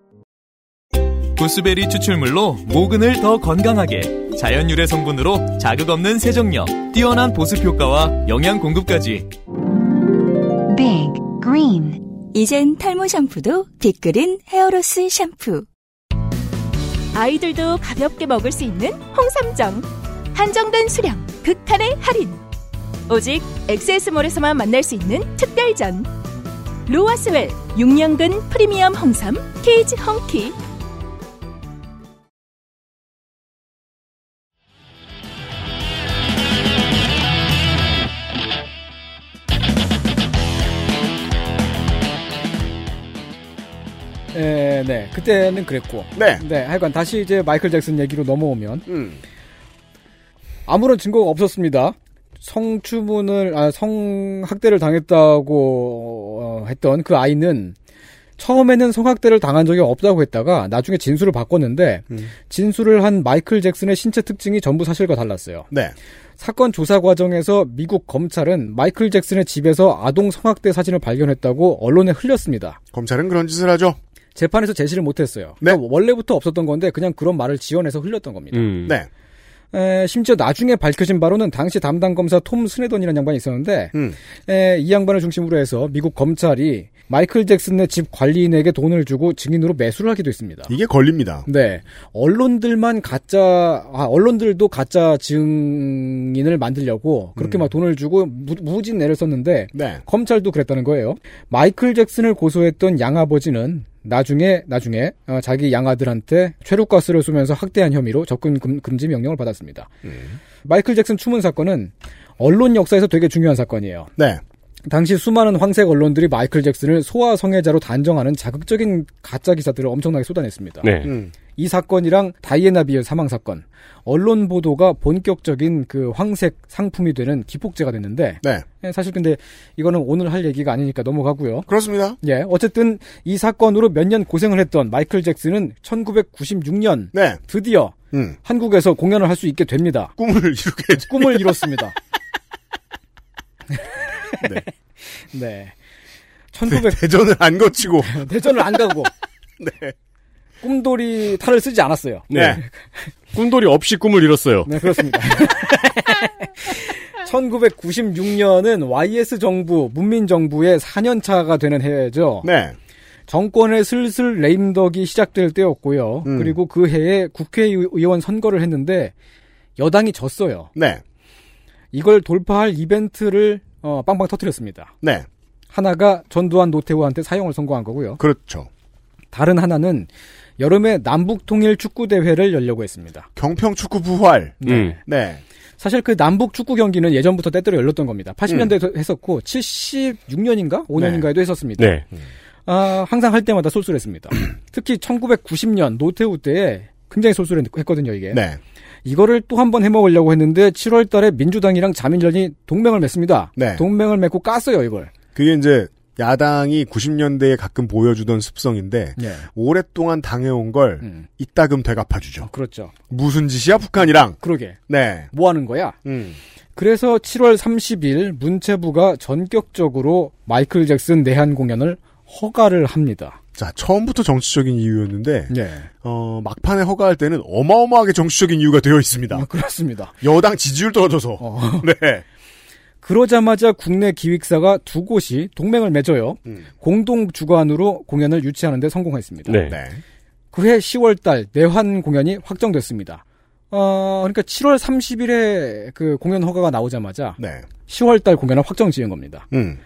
Speaker 10: 보스베리 추출물로 모근을 더 건강하게 자연 유래 성분으로 자극 없는 세정력 뛰어난 보습 효과와 영양 공급까지
Speaker 1: Big Green
Speaker 7: 이젠 탈모 샴푸도 빅그린 헤어로스 샴푸.
Speaker 5: 아이들도 가볍게 먹을 수 있는 홍삼정. 한정된 수량, 극한의 할인. 오직 엑세스몰에서만 만날 수 있는 특별전. 로아스웰 6년근 프리미엄 홍삼 케이지 헝키.
Speaker 9: 예, 네. 그때는 그랬고.
Speaker 2: 네.
Speaker 9: 네, 하여간 다시 이제 마이클 잭슨 얘기로 넘어오면
Speaker 2: 음.
Speaker 9: 아무런 증거가 없었습니다. 성추문을 아, 성학대를 당했다고 어, 했던 그 아이는 처음에는 성학대를 당한 적이 없다고 했다가 나중에 진술을 바꿨는데
Speaker 2: 음.
Speaker 9: 진술을 한 마이클 잭슨의 신체 특징이 전부 사실과 달랐어요.
Speaker 2: 네.
Speaker 9: 사건 조사 과정에서 미국 검찰은 마이클 잭슨의 집에서 아동 성학대 사진을 발견했다고 언론에 흘렸습니다.
Speaker 2: 검찰은 그런 짓을 하죠.
Speaker 9: 재판에서 제시를 못했어요.
Speaker 2: 네.
Speaker 9: 그러니까 원래부터 없었던 건데 그냥 그런 말을 지원해서 흘렸던 겁니다.
Speaker 3: 음.
Speaker 2: 네.
Speaker 9: 에, 심지어 나중에 밝혀진 바로는 당시 담당 검사 톰 스네던이라는 양반이 있었는데
Speaker 2: 음.
Speaker 9: 에, 이 양반을 중심으로 해서 미국 검찰이 마이클 잭슨의 집 관리인에게 돈을 주고 증인으로 매수를 하기도 했습니다.
Speaker 2: 이게 걸립니다.
Speaker 9: 네. 언론들만 가짜, 아, 언론들도 가짜 증인을 만들려고 그렇게
Speaker 2: 음.
Speaker 9: 막 돈을 주고 무, 무진 애를 썼는데
Speaker 2: 네.
Speaker 9: 검찰도 그랬다는 거예요. 마이클 잭슨을 고소했던 양아버지는 나중에 나중에 어, 자기 양아들한테 최루가스를 쏘면서 학대한 혐의로 접근 금, 금지 명령을 받았습니다. 마이클 잭슨 추문 사건은 언론 역사에서 되게 중요한 사건이에요.
Speaker 2: 네.
Speaker 9: 당시 수많은 황색 언론들이 마이클 잭슨을 소아 성애자로 단정하는 자극적인 가짜 기사들을 엄청나게 쏟아냈습니다.
Speaker 3: 네.
Speaker 2: 음.
Speaker 9: 이 사건이랑 다이애나 비엘 사망 사건, 언론 보도가 본격적인 그 황색 상품이 되는 기폭제가 됐는데
Speaker 2: 네.
Speaker 9: 예, 사실 근데 이거는 오늘 할 얘기가 아니니까 넘어가고요.
Speaker 2: 그렇습니다.
Speaker 9: 예, 어쨌든 이 사건으로 몇 년 고생을 했던 마이클 잭슨은 1996년
Speaker 2: 네.
Speaker 9: 드디어
Speaker 2: 음.
Speaker 9: 한국에서 공연을 할 수 있게 됩니다.
Speaker 2: 꿈을 *laughs* 이렇게 해줘.
Speaker 9: 꿈을 이뤘습니다.
Speaker 2: *laughs* 네.
Speaker 9: 네. 1900
Speaker 2: 대전을 안 거치고.
Speaker 9: 대전을 안 가고
Speaker 2: *laughs* 네.
Speaker 9: 꿈돌이 탈을 쓰지 않았어요.
Speaker 2: 네.
Speaker 3: 꿈돌이 없이 꿈을 이뤘어요.
Speaker 9: 네, 그렇습니다. *laughs* 1996년은 YS 정부, 문민 정부의 4년 차가 되는 해죠.
Speaker 2: 네.
Speaker 9: 정권의 슬슬 레임덕이 시작될 때였고요.
Speaker 2: 음.
Speaker 9: 그리고 그 해에 국회의원 선거를 했는데 여당이 졌어요.
Speaker 2: 네.
Speaker 9: 이걸 돌파할 이벤트를 어, 빵빵 터뜨렸습니다.
Speaker 2: 네.
Speaker 9: 하나가 전두환 노태우한테 사형을 선고한 거고요.
Speaker 2: 그렇죠.
Speaker 9: 다른 하나는 여름에 남북 통일 축구 대회를 열려고 했습니다.
Speaker 2: 경평 축구 부활.
Speaker 3: 음.
Speaker 2: 네.
Speaker 9: 사실 그 남북 축구 경기는 예전부터 때때로 열렸던
Speaker 2: 음.
Speaker 9: 겁니다. 80년대에도 했었고 76년인가 5년인가에도 했었습니다.
Speaker 3: 네.
Speaker 9: 아, 항상 할 때마다 쏠쏠했습니다.
Speaker 2: 음.
Speaker 9: 특히 1990년 노태우 때에 굉장히 쏠쏠했거든요,
Speaker 3: 예.
Speaker 9: 이게.
Speaker 2: 네.
Speaker 9: 이거를 또 한 번 해먹으려고 했는데 7월 달에 민주당이랑 자민련이 동맹을 맺습니다.
Speaker 2: 네.
Speaker 9: 동맹을 맺고 깠어요, 이걸.
Speaker 2: 그게 이제 야당이 90년대에 가끔 보여주던 습성인데
Speaker 9: 예.
Speaker 2: 오랫동안 당해온 걸
Speaker 9: 음.
Speaker 2: 이따금 되갚아주죠.
Speaker 9: 그렇죠.
Speaker 2: 무슨 짓이야 북한이랑.
Speaker 9: 그러게.
Speaker 2: 네.
Speaker 9: 뭐 하는 거야?
Speaker 2: 음.
Speaker 9: 그래서 7월 30일 문체부가 전격적으로 마이클 잭슨 내한 공연을 허가를 합니다.
Speaker 2: 자 처음부터 정치적인 이유였는데
Speaker 9: 예.
Speaker 2: 어, 막판에 허가할 때는 어마어마하게 정치적인 이유가 되어 있습니다.
Speaker 9: 아, 그렇습니다.
Speaker 2: 여당 지지율 떨어져서.
Speaker 9: 어.
Speaker 2: *laughs* 네.
Speaker 9: 그러자마자 국내 기획사가 두 곳이 동맹을 맺어요. 공동 주관으로 공연을 유치하는데 성공했습니다.
Speaker 3: 네.
Speaker 9: 그해 10월달 내환 공연이 확정됐습니다. 어, 그러니까 7월 30일에 그 공연 허가가 나오자마자
Speaker 2: 네.
Speaker 9: 10월달 공연을 확정 지은 겁니다.
Speaker 2: 음.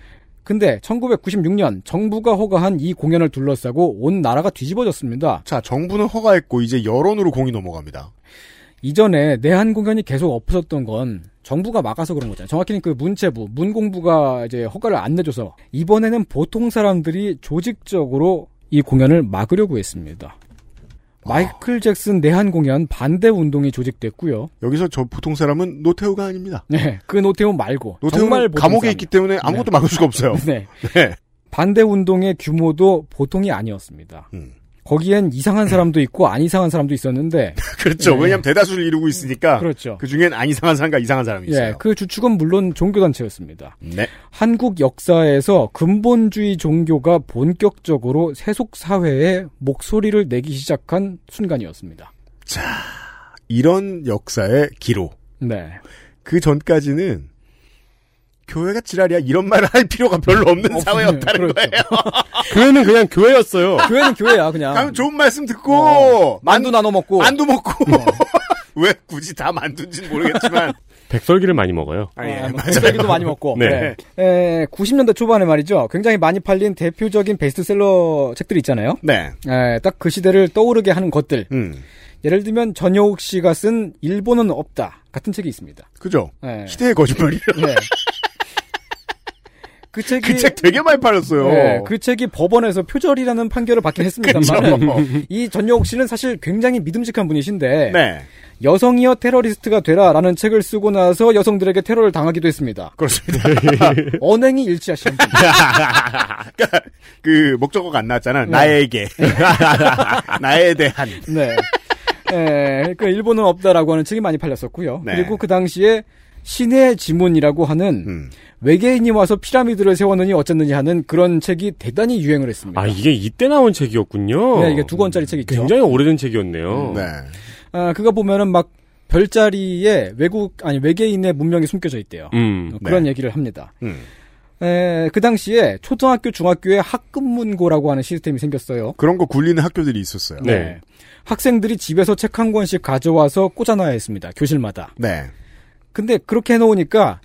Speaker 9: 근데 1996년 정부가 허가한 이 공연을 둘러싸고 온 나라가 뒤집어졌습니다.
Speaker 2: 자, 정부는 허가했고 이제 여론으로 공이 넘어갑니다.
Speaker 9: 이전에 내한 공연이 계속 엎어졌던 건 정부가 막아서 그런 거잖아요. 정확히는 그 문체부, 문공부가 이제 허가를 안 내줘서 이번에는 보통 사람들이 조직적으로 이 공연을 막으려고 했습니다. 마이클 잭슨 내한 공연 반대 운동이 조직됐고요.
Speaker 2: 여기서 저 보통 사람은 노태우가 아닙니다.
Speaker 9: 네, 그 노태우 말고
Speaker 2: 노태우는
Speaker 9: 정말 보통
Speaker 2: 감옥에
Speaker 9: 사람.
Speaker 2: 있기 때문에 아무것도 막을 수가
Speaker 9: *laughs*
Speaker 2: 없어요.
Speaker 9: 네. 반대 운동의 규모도 보통이 아니었습니다.
Speaker 2: 음.
Speaker 9: 거기엔 이상한 사람도 있고 안 이상한
Speaker 2: *laughs*
Speaker 9: 사람도 있었는데
Speaker 2: 그렇죠.
Speaker 9: 네.
Speaker 2: 왜냐하면 대다수를 이루고 있으니까.
Speaker 9: 그렇죠.
Speaker 2: 그 중엔 안 이상한 사람과 이상한 사람이 있어요.
Speaker 9: 예, 그 주축은 물론 종교단체였습니다.
Speaker 2: 네.
Speaker 9: 한국 역사에서 근본주의 종교가 본격적으로 세속사회에 목소리를 내기 시작한 순간이었습니다.
Speaker 2: 이런 역사의 기로.
Speaker 9: 네.
Speaker 2: 그 전까지는 교회가 지랄이야 이런 말을 할 필요가 별로 없는
Speaker 9: 없어요.
Speaker 2: 사회였다는 거예요.
Speaker 3: 교회는 그냥 교회였어요.
Speaker 9: 교회는 교회야, 그냥.
Speaker 2: *laughs* 그럼 좋은 말씀 듣고
Speaker 9: 만두 나눠 먹고.
Speaker 2: 아, 만두 먹고.
Speaker 9: 네.
Speaker 2: *laughs* 왜 굳이 다 만두인지는 모르겠지만
Speaker 3: 백설기를 많이 먹어요.
Speaker 2: 아니, 예.
Speaker 9: 아, 뭐
Speaker 2: 맞아요.
Speaker 9: 쓰레기도 많이 먹고.
Speaker 3: 네.
Speaker 9: 네. 에, 90년대 초반에 말이죠. 굉장히 많이 팔린 대표적인 베스트셀러 책들이 있잖아요.
Speaker 2: 네.
Speaker 9: 딱 그 시대를 떠오르게 하는 것들.
Speaker 2: 음.
Speaker 9: 예를 들면 전효욱 씨가 쓴 일본은 없다 같은 책이 있습니다.
Speaker 2: 그죠?
Speaker 9: 네.
Speaker 2: 시대의 거짓말이요.
Speaker 9: 그 책이
Speaker 2: 그 책 되게 많이 팔렸어요.
Speaker 9: 네, 그 책이 법원에서 표절이라는 판결을 받긴 했습니다만
Speaker 2: 그죠.
Speaker 9: *laughs* 이 전효욱 씨는 사실 굉장히 믿음직한 분이신데
Speaker 2: 네.
Speaker 9: 여성이여 테러리스트가 되라라는 책을 쓰고 나서 여성들에게 테러를 당하기도 했습니다.
Speaker 2: 그렇습니다.
Speaker 9: *laughs*
Speaker 2: 예.
Speaker 9: 언행이 일치하시는 분.
Speaker 2: 그러니까 그 목적어가 안 나왔잖아.
Speaker 9: *laughs*
Speaker 2: 나에게. 나에 대한.
Speaker 9: 네. 예, 그 일본은 없다라고 하는 책이 많이 팔렸었고요.
Speaker 2: 네.
Speaker 9: 그리고 그 당시에 신의 지문이라고 하는
Speaker 3: 음.
Speaker 9: 외계인이 와서 피라미드를 세웠느니 어쨌느니 하는 그런 책이 대단히 유행을 했습니다.
Speaker 3: 아, 이게 이때 나온 책이었군요.
Speaker 9: 네, 이게 두 권짜리 책이 있죠.
Speaker 3: 굉장히 오래된 책이었네요.
Speaker 2: 네.
Speaker 9: 아, 그거 보면은 막 별자리에 외국 아니 외계인의 문명이 숨겨져 있대요.
Speaker 3: 음.
Speaker 9: 어, 그런
Speaker 3: 네.
Speaker 9: 얘기를 합니다.
Speaker 2: 음.
Speaker 9: 에, 그 당시에 초등학교 중학교에 학급문고라고 하는 시스템이 생겼어요.
Speaker 2: 그런 거 굴리는 학교들이 있었어요.
Speaker 9: 네. 학생들이 집에서 책 한 권씩 가져와서 꽂아놔야 했습니다. 교실마다.
Speaker 2: 네.
Speaker 9: 근데 그렇게 해놓으니까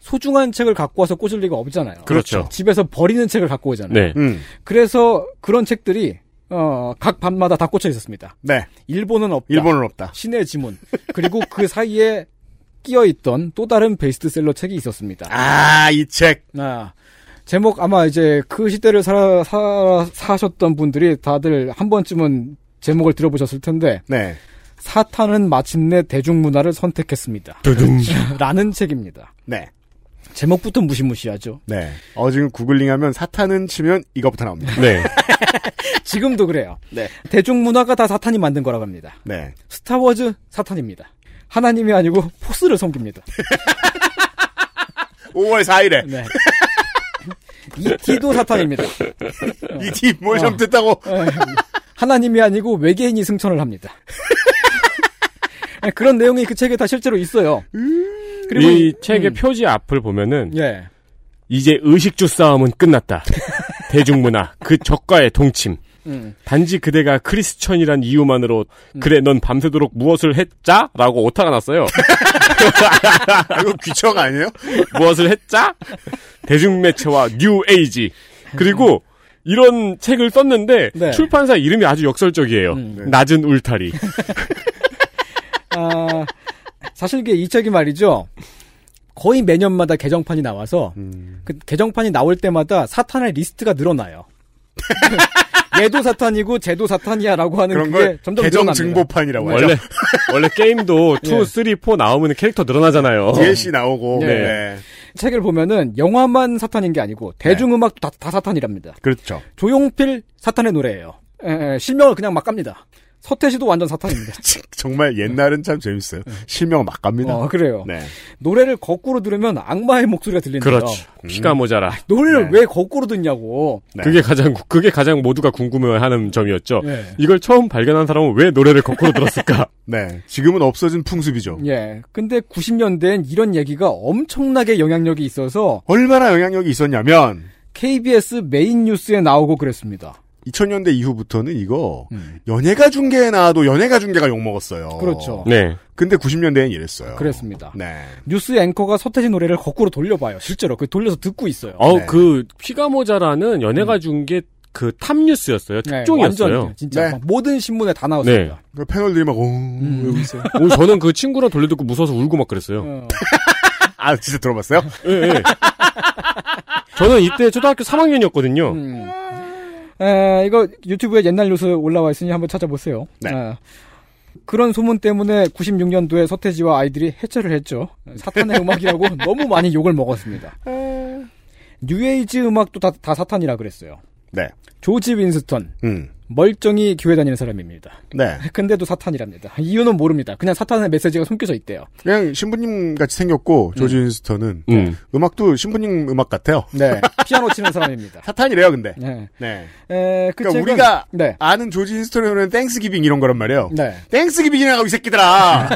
Speaker 9: 소중한 책을 갖고 와서 꽂을 리가 없잖아요.
Speaker 3: 그렇죠.
Speaker 9: 집에서 버리는 책을 갖고 오잖아요.
Speaker 3: 네.
Speaker 2: 음.
Speaker 9: 그래서 그런 책들이 어, 각 밤마다 다 꽂혀 있었습니다.
Speaker 2: 네.
Speaker 9: 일본은 없다.
Speaker 2: 일본은 없다.
Speaker 9: 신의 지문. 그리고 그 사이에 끼어 있던 또 다른 베스트셀러 책이 있었습니다.
Speaker 2: 아, 이 책.
Speaker 9: 아, 제목 아마 이제 그 시대를 살아, 사, 사셨던 분들이 다들 한 번쯤은 제목을 들어보셨을 텐데.
Speaker 2: 네.
Speaker 9: 사탄은 마침내 대중문화를 선택했습니다. *laughs* 라는 책입니다.
Speaker 2: 네.
Speaker 9: 제목부터 무시무시하죠.
Speaker 2: 네. 어, 지금 구글링하면 사탄은 치면 이거부터 나옵니다.
Speaker 3: 네.
Speaker 9: 지금도 그래요.
Speaker 2: 네.
Speaker 9: 대중문화가 다 사탄이 만든 거라고 합니다.
Speaker 2: *laughs* 네.
Speaker 9: 스타워즈 사탄입니다. 하나님이 아니고 포스를
Speaker 2: *laughs*
Speaker 9: 섬깁니다.
Speaker 2: 5월 4일에.
Speaker 9: 네. 이티도 사탄입니다.
Speaker 2: 이티 뭘
Speaker 9: 어.
Speaker 2: 잘못했다고.
Speaker 9: 예. 하나님이 아니고 외계인이 승천을
Speaker 2: *laughs*
Speaker 9: 합니다. 예, 그런 내용이 그 책에 다 실제로 있어요. 그리고
Speaker 3: 이 책의 표지 앞을 보면은
Speaker 9: 예.
Speaker 3: 이제 의식주 싸움은
Speaker 9: *laughs*
Speaker 3: 끝났다. 대중문화 그 적과의 동침.
Speaker 9: 음.
Speaker 3: 단지 그대가 크리스천이란 이유만으로 그래 넌 밤새도록 무엇을 했자라고 오타가
Speaker 9: *laughs*
Speaker 3: 났어요.
Speaker 2: 이거 귀청 아니에요?
Speaker 3: 무엇을 했자? 대중매체와 뉴에이지. 그리고 이런 책을 썼는데
Speaker 9: 네. 음,
Speaker 3: 출판사 이름이 아주 역설적이에요. 낮은
Speaker 9: *laughs*
Speaker 3: 울타리.
Speaker 9: 아, 사실 이게 이 책이 말이죠. 거의 매년마다 개정판이 나와서
Speaker 2: 음.
Speaker 9: 그 개정판이 나올 때마다 사탄의 리스트가 늘어나요. *laughs* 얘도 사탄이고 쟤도 사탄이야라고 하는
Speaker 2: 그런
Speaker 9: 그게
Speaker 2: 걸
Speaker 9: 점점
Speaker 2: 계정
Speaker 9: 늘어납니다.
Speaker 2: 증보판이라고 하죠.
Speaker 3: 원래 원래
Speaker 9: *laughs*
Speaker 3: 게임도
Speaker 9: 예.
Speaker 3: 2, 3, 4 나오면 캐릭터 늘어나잖아요.
Speaker 2: DLC 나오고.
Speaker 9: 네.
Speaker 2: 네.
Speaker 9: 책을 보면은 영화만 사탄인 게 아니고 대중음악도 다, 다 사탄이랍니다.
Speaker 2: 그렇죠.
Speaker 9: 조용필 사탄의 노래예요. 에, 에, 실명을 그냥 막 갑니다. 서태시도
Speaker 2: *laughs*
Speaker 9: 완전 사탄입니다.
Speaker 2: 정말 옛날은 참 재밌어요. 실명 막 갑니다.
Speaker 9: 어, 그래요.
Speaker 2: 네.
Speaker 9: 노래를 거꾸로 들으면 악마의 목소리가 들린다.
Speaker 3: 그렇죠.
Speaker 9: 음.
Speaker 3: 피가 모자라.
Speaker 9: 노래를
Speaker 2: 네.
Speaker 9: 왜 거꾸로 듣냐고.
Speaker 3: 그게 가장 그게 가장 모두가 궁금해하는 점이었죠.
Speaker 9: 네.
Speaker 3: 이걸 처음 발견한 사람은 왜 노래를 거꾸로
Speaker 9: *laughs*
Speaker 3: 들었을까?
Speaker 2: 네. 지금은 없어진 풍습이죠.
Speaker 9: 예. 근데 90년대엔 이런 얘기가 엄청나게 영향력이 있어서
Speaker 2: 얼마나 영향력이 있었냐면
Speaker 9: KBS 메인 뉴스에 나오고 그랬습니다.
Speaker 2: 2000년대 이후부터는 이거 연예가 중계에 나와도 연예가 중계가 욕 먹었어요.
Speaker 9: 음. 그렇죠.
Speaker 3: 네.
Speaker 2: 근데 90년대엔 이랬어요.
Speaker 9: 그랬습니다.
Speaker 2: 네.
Speaker 9: 뉴스 앵커가 서태지 노래를 거꾸로 돌려봐요. 실제로 그 돌려서 듣고 있어요.
Speaker 3: 어, 그 피가 모자라는 연예가 중계 그 탑뉴스였어요.
Speaker 9: 음. 네,
Speaker 3: 특종이었어요.
Speaker 9: 완전 진짜 막 모든 신문에 다 나왔습니다.
Speaker 2: 그 패널들이 막 오,
Speaker 9: 음.
Speaker 2: 이러고 있어요. *laughs*
Speaker 3: 오, 저는 그 친구랑 돌려듣고 무서워서 울고 막
Speaker 9: 음.
Speaker 3: 그랬어요.
Speaker 2: 아, 진짜 들어봤어요?
Speaker 3: 예, 예. 저는 이때 초등학교 3학년이었거든요.
Speaker 9: 음. 에, 이거 유튜브에 옛날 뉴스 올라와 있으니 한번 찾아보세요.
Speaker 3: 네.
Speaker 9: 에, 그런 소문 때문에 96년도에 서태지와 아이들이 해체를 했죠.
Speaker 3: *laughs*
Speaker 9: 사탄의 음악이라고 너무 많이 욕을 먹었습니다.
Speaker 3: 아.
Speaker 9: 뉴에이지 음악도 다, 다 사탄이라 그랬어요.
Speaker 2: 네.
Speaker 9: 조지 윈스턴.
Speaker 2: 음.
Speaker 9: 멀쩡히 교회 다니는 사람입니다.
Speaker 2: 네.
Speaker 9: 근데도 사탄이랍니다. 이유는 모릅니다. 그냥 사탄의 메시지가 숨겨져 있대요.
Speaker 2: 그냥 신부님 같이
Speaker 9: 음.
Speaker 2: 생겼고 조지 윈스턴은 음. 악도 신부님 음악 같아요.
Speaker 9: 네. 피아노 치는 사람입니다.
Speaker 2: 사탄이래요, 근데.
Speaker 9: 네.
Speaker 2: 네.
Speaker 9: 에, 그
Speaker 2: 그러니까
Speaker 9: 책은-
Speaker 2: 우리가
Speaker 9: 네.
Speaker 2: 아는 조지 윈스턴의 노래는 땡스기빙 이런 거란 말이에요.
Speaker 9: 네.
Speaker 2: 땡스기빙이라고 이
Speaker 9: *laughs*
Speaker 2: 새끼들아.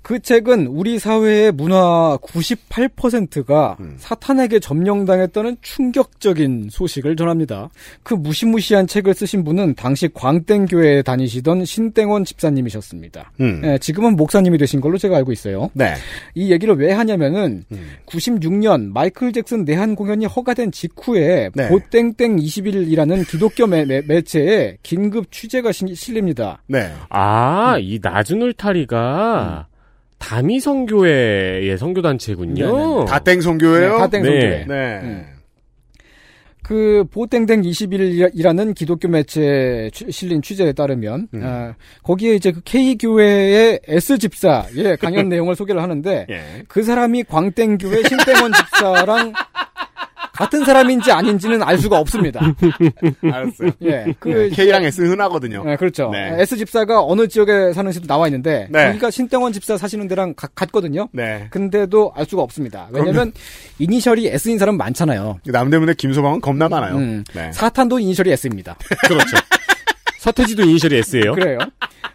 Speaker 9: 그 책은 우리 사회의 문화 98%가
Speaker 2: 음.
Speaker 9: 사탄에게 점령당했다는 충격적인 소식을 전합니다. 그 무시무시한 책을 쓰신 분은 당시 광땡교회에 다니시던 신땡원 집사님이셨습니다.
Speaker 12: 음.
Speaker 9: 예, 지금은 목사님이 되신 걸로 제가 알고 있어요.
Speaker 2: 네.
Speaker 9: 이 얘기를 왜 하냐면은
Speaker 2: 음.
Speaker 9: 96년 마이클 잭슨 내한 공연이 허가된 직후에
Speaker 2: 네.
Speaker 9: 고땡땡 21이라는 기독교 매, 매- 매체에 긴급 취재가 시- 실립니다.
Speaker 2: 네.
Speaker 3: 아,
Speaker 9: 음.
Speaker 3: 이 낮은 울타리가 다미 성교회의 성교단체군요.
Speaker 2: 다땡 성교예요?
Speaker 9: 네, 다땡 음. 성교회.
Speaker 2: 네.
Speaker 9: 그 보땡땡 21이라는 기독교 매체에 취- 실린 취재에 따르면
Speaker 2: 음.
Speaker 9: 아, 거기에 이제 그 K 교회의 S 집사
Speaker 2: *laughs*
Speaker 9: 예 강연 내용을 소개를 하는데
Speaker 2: 예.
Speaker 9: 그 사람이 광땡 교회 신땡원 집사랑 같은 사람인지 아닌지는 알 수가 없습니다.
Speaker 2: 알았어요.
Speaker 9: 예, 그-
Speaker 2: 네, K랑 S는 흔하거든요.
Speaker 9: 네, 그렇죠.
Speaker 2: 네.
Speaker 9: S 집사가 어느 지역에 사는지도 나와 있는데
Speaker 2: 네.
Speaker 9: 거기가 신땡원 집사 사시는 데랑 가- 같거든요.
Speaker 2: 네.
Speaker 9: 근데도 알 수가 없습니다. 왜냐면
Speaker 2: 그러면-
Speaker 9: 이니셜이 S인 사람 많잖아요.
Speaker 2: 남대문에 김소방은 겁나 많아요.
Speaker 9: 음. *laughs*
Speaker 2: 네.
Speaker 9: 사탄도 이니셜이 S입니다.
Speaker 3: 그렇죠. 서태지도 이니셜이 S예요.
Speaker 9: 그래요.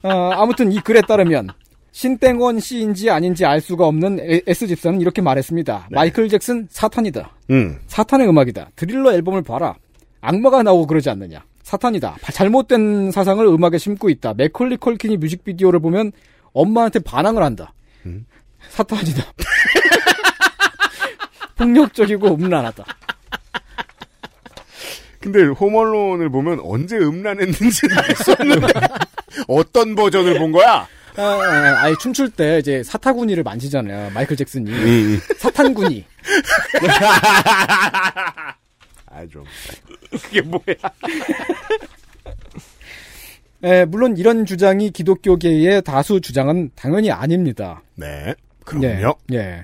Speaker 9: 어, 아무튼 이 글에 따르면 신땡원 씨인지 아닌지 알 수가 없는 에- S 집사는 이렇게 말했습니다.
Speaker 2: 네.
Speaker 9: 마이클 잭슨 사탄이다.
Speaker 2: 음.
Speaker 9: 사탄의 음악이다. 드릴러 앨범을 봐라. 악마가 나오고 그러지 않느냐. 사탄이다. 바- 잘못된 사상을 음악에 심고 있다. 맥컬리 컬킨이 뮤직비디오를 보면 엄마한테 반항을 한다.
Speaker 2: 음.
Speaker 9: 사탄이다. *laughs* 폭력적이고 음란하다.
Speaker 2: 근데 홈얼론을 보면 언제 음란했는지는 알수 없는데 *laughs* 어떤 버전을 본 거야?
Speaker 9: 아, 아, 아예 춤출 때 이제 사타구니를 만지잖아요. 마이클 잭슨이.
Speaker 2: 음.
Speaker 9: 사탄구니.
Speaker 2: 아 좀. 그게 뭐야?
Speaker 9: 예, 물론 이런 주장이 기독교계의 다수 주장은 당연히 아닙니다.
Speaker 2: 네. 그럼요. 네.
Speaker 9: 예.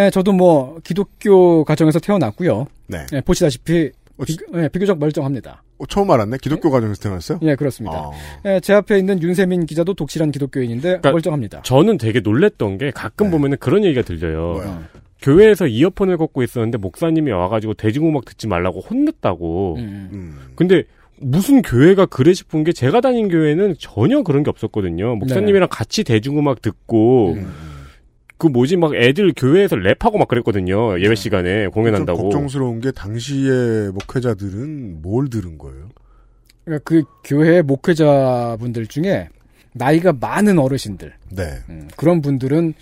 Speaker 9: 예. 예, 저도 뭐 기독교 가정에서 태어났고요.
Speaker 2: 네.
Speaker 9: 예, 보시다시피 비, 교적 멀쩡합니다.
Speaker 2: 어, 처음 알았네. 기독교 가정에서 태어났어요? 아.
Speaker 9: 예, 그렇습니다.
Speaker 3: 아.
Speaker 9: 예, 제 앞에 있는 윤세민 기자도 독실한 기독교인인데
Speaker 3: 그러니까
Speaker 9: 멀쩡합니다.
Speaker 3: 저는 되게 놀랬던 게 가끔
Speaker 2: 네.
Speaker 3: 보면은 그런 얘기가 들려요. 교회에서 이어폰을 꽂고 있었는데 목사님이 와가지고 대중음악 듣지 말라고 혼냈다고.
Speaker 2: 음.
Speaker 9: 음. 네.
Speaker 3: 근데 무슨 교회가 그래 싶은 게 제가 다닌 교회는 전혀 그런 게 없었거든요.
Speaker 2: 네.
Speaker 3: 목사님이랑 같이 대중음악 듣고 그 뭐지 막 애들 교회에서 랩하고 막 그랬거든요. 예배 시간에 공연한다고.
Speaker 2: 네. 좀 걱정스러운 게 당시의 목회자들은 뭘 들은 거예요?
Speaker 9: 그러니까 그 교회 목회자분들 중에 나이가 많은 어르신들 음,
Speaker 2: 네.
Speaker 9: 그런 분들은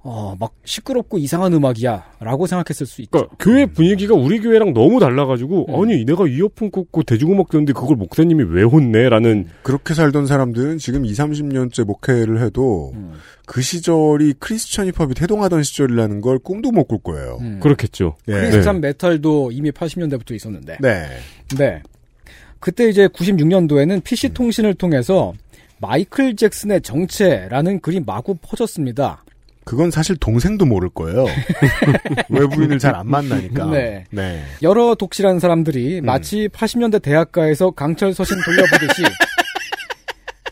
Speaker 9: 어, 막 시끄럽고 이상한 음악이야라고 생각했을 수 있죠.
Speaker 3: 그러니까 교회 분위기가 우리 교회랑 너무 달라가지고
Speaker 2: 음.
Speaker 3: 아니 내가 이어폰 꽂고 대중음악 듣는데 그걸 목사님이 왜 혼내라는
Speaker 2: 그렇게 살던 사람들은 지금 2, 30년째 목회를 해도
Speaker 9: 음.
Speaker 2: 그 시절이 크리스천 힙합이 태동하던 시절이라는 걸 꿈도 못 꿀 거예요.
Speaker 3: 그렇겠죠.
Speaker 9: 음. 크리스찬 메탈도 이미 80년대부터 있었는데.
Speaker 2: 네.
Speaker 9: 네. 그때 이제 96년도에는
Speaker 3: 음.
Speaker 9: PC 통신을 통해서 마이클 잭슨의 정체라는 글이 마구 퍼졌습니다.
Speaker 2: 그건 사실 동생도 모를
Speaker 9: *laughs*
Speaker 2: 거예요. 외부인을 잘 안 만나니까.
Speaker 9: 네.
Speaker 2: 네.
Speaker 9: 여러 독실한 사람들이 마치 80년대 대학가에서 강철 서신 돌려보듯이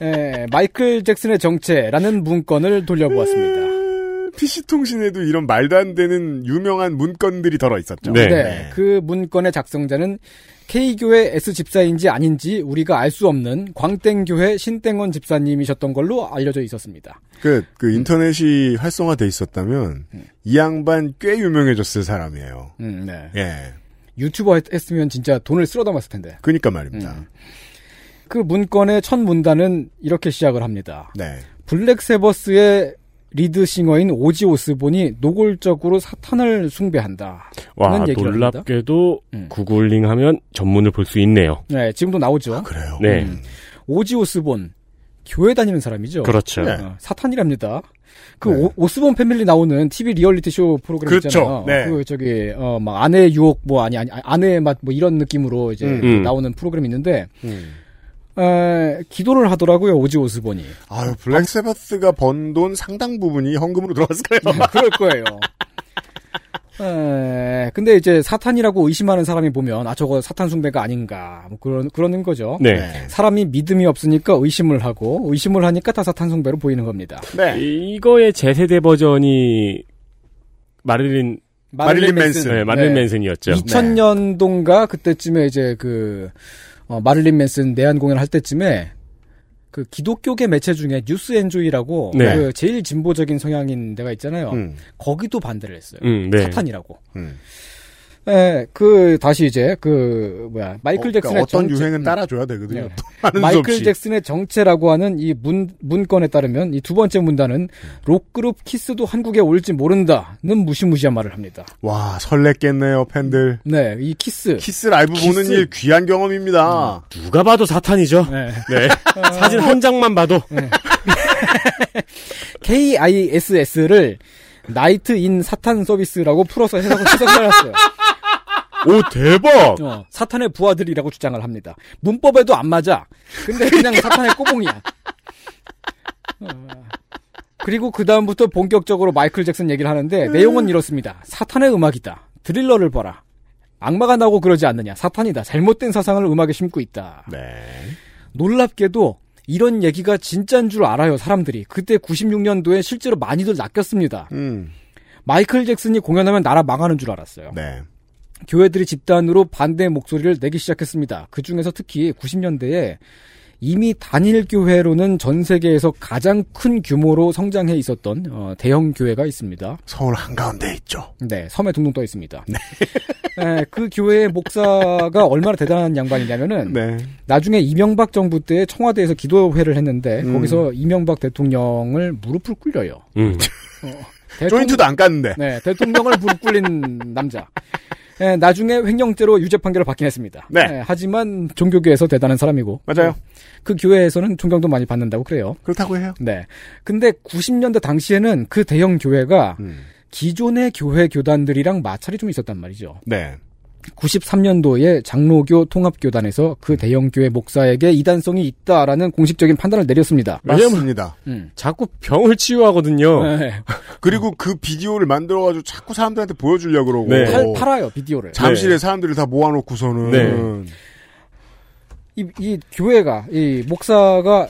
Speaker 9: 예, 마이클 잭슨의 정체라는 문건을
Speaker 2: 음.
Speaker 9: 돌려보았습니다.
Speaker 2: PC통신에도 이런 말도 안 되는 유명한 문건들이 덜어 있었죠.
Speaker 9: 네. 그 문건의 작성자는 K교회 S 집사인지 아닌지 우리가 알 수 없는 광땡교회 신땡원 집사님이셨던 걸로 알려져 있었습니다.
Speaker 2: 그, 그 인터넷이 활성화돼 있었다면 이 양반 꽤 유명해졌을 사람이에요.
Speaker 9: 음, 네.
Speaker 2: 예.
Speaker 9: 유튜버 했, 으면 진짜 돈을 쓸어 담았을 텐데.
Speaker 2: 그니까 말입니다.
Speaker 9: 음. 그 문건의 첫 문단은 이렇게 시작을 합니다.
Speaker 2: 네.
Speaker 9: 블랙세버스의 리드싱어인 오지 오스본이 노골적으로 사탄을 숭배한다.
Speaker 3: 와
Speaker 9: 그런 얘기를 합니다. 음.
Speaker 3: 놀랍게도 구글링 하면 전문을 볼 수 있네요.
Speaker 9: 네, 지금도 나오죠.
Speaker 2: 그래요. 음.
Speaker 3: 네.
Speaker 9: 오지 오스본 교회 다니는 사람이죠.
Speaker 3: 그렇죠. 네.
Speaker 9: 어, 사탄이랍니다. 그 오, 스본 패밀리 나오는 TV 리얼리티 쇼 프로그램
Speaker 2: 그렇죠.
Speaker 9: 있잖아요.
Speaker 2: 네.
Speaker 9: 그 저기 어막 아내의 유혹 뭐 아니 아니 아내의 맛 뭐 이런 느낌으로 이제
Speaker 2: 음.
Speaker 9: 나오는 프로그램 이 있는데 에, 기도를 하더라고요 오지 오스본이.
Speaker 2: 아유, 블랙세바스가 번 돈 상당 부분이 헌금으로 들어갔을까요?
Speaker 9: 네, 그럴 거예요. 에, 근데 이제 사탄이라고 의심하는 사람이 보면 아 저거 사탄 숭배가 아닌가 뭐 그런 그러는 거죠.
Speaker 3: 네.
Speaker 9: 사람이 믿음이 없으니까 의심을 하고 의심을 하니까 다 사탄 숭배로 보이는 겁니다.
Speaker 2: 네.
Speaker 3: 이- 이거의 제 세대 버전이 마릴린
Speaker 9: 마릴린 맨슨.
Speaker 3: 네, 마릴린
Speaker 9: 네.
Speaker 3: 맨슨이었죠.
Speaker 9: 2000년도인가 그때쯤에 이제 그 어, 마릴린 맨슨 내한 공연 할 때쯤에 그 기독교계 매체 중에 뉴스 엔조이라고
Speaker 3: 네.
Speaker 9: 그 제일 진보적인 성향인 데가 있잖아요.
Speaker 3: 음.
Speaker 9: 거기도 반대를 했어요.
Speaker 3: 음, 네.
Speaker 9: 사탄이라고. 예, 그 다시 이제 그 뭐야 마이클
Speaker 2: 어, 그러니까
Speaker 9: 잭슨의
Speaker 2: 어떤
Speaker 9: 정체-
Speaker 2: 유행은
Speaker 9: 음.
Speaker 2: 따라줘야 되거든요.
Speaker 9: 네.
Speaker 2: 또 많은 수
Speaker 9: 마이클
Speaker 2: 없이.
Speaker 9: 잭슨의 정체라고 하는 이 문, 문건에 따르면 이 두 번째 문단은
Speaker 2: 음.
Speaker 9: 록그룹 키스도 한국에 올지 모른다는 무시무시한 말을 합니다.
Speaker 2: 와, 설렜겠네요, 팬들.
Speaker 9: 네, 이 키스.
Speaker 2: 키스 라이브 보는
Speaker 9: 키스. 음.
Speaker 2: 일 귀한 경험입니다.
Speaker 3: 누가 봐도 사탄이죠.
Speaker 9: 네.
Speaker 3: 네. 음. 사진 한 장만 봐도
Speaker 9: KISS를 나이트 인 사탄 서비스라고 풀어서 해석을
Speaker 2: *laughs*
Speaker 9: 해석해놨어요.
Speaker 3: 오 대박.
Speaker 9: 어, 사탄의 부하들이라고 주장을 합니다. 문법에도 안 맞아. 근데 그냥 사탄의 꼬봉이야. 어. 그리고 그 다음부터 본격적으로 마이클 잭슨 얘기를 하는데 내용은 이렇습니다. 사탄의 음악이다. 드릴러를 봐라. 악마가 나고 그러지 않느냐. 사탄이다. 잘못된 사상을 음악에 심고 있다.
Speaker 2: 네.
Speaker 9: 네. 놀랍게도 이런 얘기가 진짜인 줄 알아요, 사람들이. 그때 96년도에 실제로 많이들 낚였습니다.
Speaker 2: 음.
Speaker 9: 마이클 잭슨이 공연하면 나라 망하는 줄 알았어요.
Speaker 2: 네.
Speaker 9: 교회들이 집단으로 반대의 목소리를 내기 시작했습니다. 그 중에서 특히 90년대에 이미 단일 교회로는 전 세계에서 가장 큰 규모로 성장해 있었던 어, 대형 교회가 있습니다.
Speaker 2: 서울 한가운데 있죠.
Speaker 9: 네, 섬에 둥둥 떠 있습니다. 네, 그 교회의 목사가 얼마나 대단한 양반이냐면은
Speaker 2: 네.
Speaker 9: 나중에 이명박 정부 때 청와대에서 기도회를 했는데
Speaker 2: 음.
Speaker 9: 거기서 이명박 대통령을 무릎을 꿇려요.
Speaker 3: 음.
Speaker 9: 대통-
Speaker 2: 조인트도 안 깠는데.
Speaker 9: 네, 대통령을 무릎 꿇린 남자. 예, 나중에 횡령죄로 유죄 판결을 받긴 했습니다.
Speaker 2: 네.
Speaker 9: 예, 하지만 종교계에서 대단한 사람이고.
Speaker 2: 맞아요.
Speaker 9: 그 교회에서는 존경도 많이 받는다고 그래요.
Speaker 2: 음. 그렇다고 해요.
Speaker 9: 네. 근데 90년대 당시에는 그 대형 교회가 기존의 교회 교단들이랑 마찰이 좀 있었단 말이죠.
Speaker 2: 네.
Speaker 9: 93년도에 장로교 통합교단에서 그 대형 교회 목사에게 이단성이 있다라는 공식적인 판단을 내렸습니다.
Speaker 2: 맞습니다.
Speaker 9: 음.
Speaker 3: 자꾸 병을 치유하거든요.
Speaker 9: 네.
Speaker 2: 그리고 그 비디오를 만들어가지고 자꾸 사람들한테 보여주려고 그러고.
Speaker 3: 네.
Speaker 9: 팔, 네. 팔아요 비디오를.
Speaker 2: 잠실에 사람들을 다 모아놓고서는.
Speaker 3: 네.
Speaker 9: 이, 이 교회가 이 목사가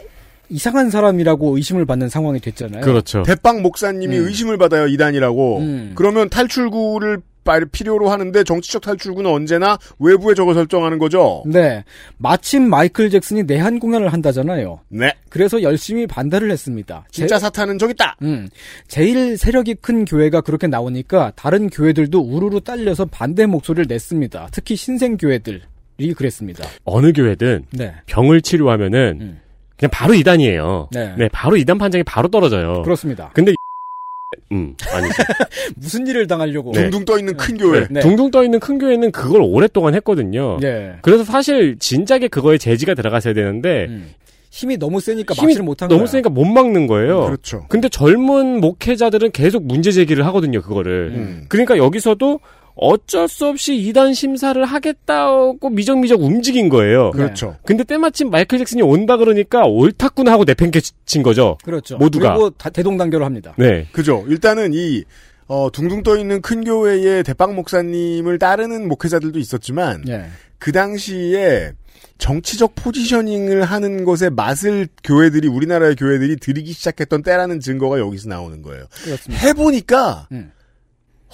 Speaker 9: 이상한 사람이라고 의심을 받는 상황이 됐잖아요.
Speaker 3: 그렇죠.
Speaker 2: 대빵 목사님이
Speaker 9: 음.
Speaker 2: 의심을 받아요, 이단이라고.
Speaker 9: 음.
Speaker 2: 그러면 탈출구를 말- 필요로 하는데 정치적 탈출구는 언제나 외부에 저거 설정하는 거죠.
Speaker 3: 음.
Speaker 9: 네. 마침 마이클 잭슨이 내한 공연을 한다잖아요.
Speaker 2: 네.
Speaker 9: 그래서 열심히 반대를 했습니다. 제-
Speaker 2: 진짜 사탄은 저기 있다.
Speaker 9: 음, 제일 세력이 큰 교회가 그렇게 나오니까 다른 교회들도 우르르 딸려서 반대 목소리를 냈습니다. 특히 신생 교회들이 그랬습니다.
Speaker 3: 어느 교회든
Speaker 9: 네.
Speaker 3: 병을 치료하면은
Speaker 9: 음.
Speaker 3: 그냥 바로 이단이에요.
Speaker 9: 네.
Speaker 3: 바로 이단 판정이 바로 떨어져요.
Speaker 9: 그렇습니다.
Speaker 3: 근데 *laughs* 음 아니지.
Speaker 9: 무슨 일을 당하려고?
Speaker 3: 네.
Speaker 2: 둥둥 떠 있는 큰 교회.
Speaker 3: 네. 둥둥 떠 있는 큰 교회는 그걸 오랫동안 했거든요.
Speaker 9: 예.
Speaker 3: 그래서 사실 진작에 그거에 제지가 들어갔어야 되는데
Speaker 9: 음. 힘이 너무 세니까
Speaker 3: 네. 힘이
Speaker 9: 막지를 못한
Speaker 3: 너무
Speaker 9: 거야. 음,
Speaker 3: 세니까 못 막는 거예요.
Speaker 2: 그렇죠.
Speaker 3: 근데 젊은 목회자들은 계속 문제 제기를 하거든요, 그거를.
Speaker 2: 음.
Speaker 3: 그러니까 여기서도 어쩔 수 없이 이단 심사를 하겠다고 미적미적 움직인 거예요.
Speaker 2: 그렇죠.
Speaker 3: 근데 때마침 마이클 잭슨이 온다 그러니까 옳다구나 하고 내팽개친 거죠.
Speaker 9: 그렇죠.
Speaker 3: 모두가.
Speaker 9: 그리고 다- 대동단결을 합니다.
Speaker 3: 네.
Speaker 2: 그죠. 일단은 이 어, 둥둥 떠 있는 큰
Speaker 3: 음. 네.
Speaker 2: 교회의 대빵 목사님을 따르는 목회자들도 있었지만
Speaker 9: 예.
Speaker 2: 그 당시에 정치적 포지셔닝을 하는 것에 맛을 교회들이 우리나라의 교회들이 들이기 시작했던 때라는 증거가 여기서 나오는 거예요.
Speaker 9: 그렇습니다.
Speaker 2: 음. 해보니까
Speaker 9: 예.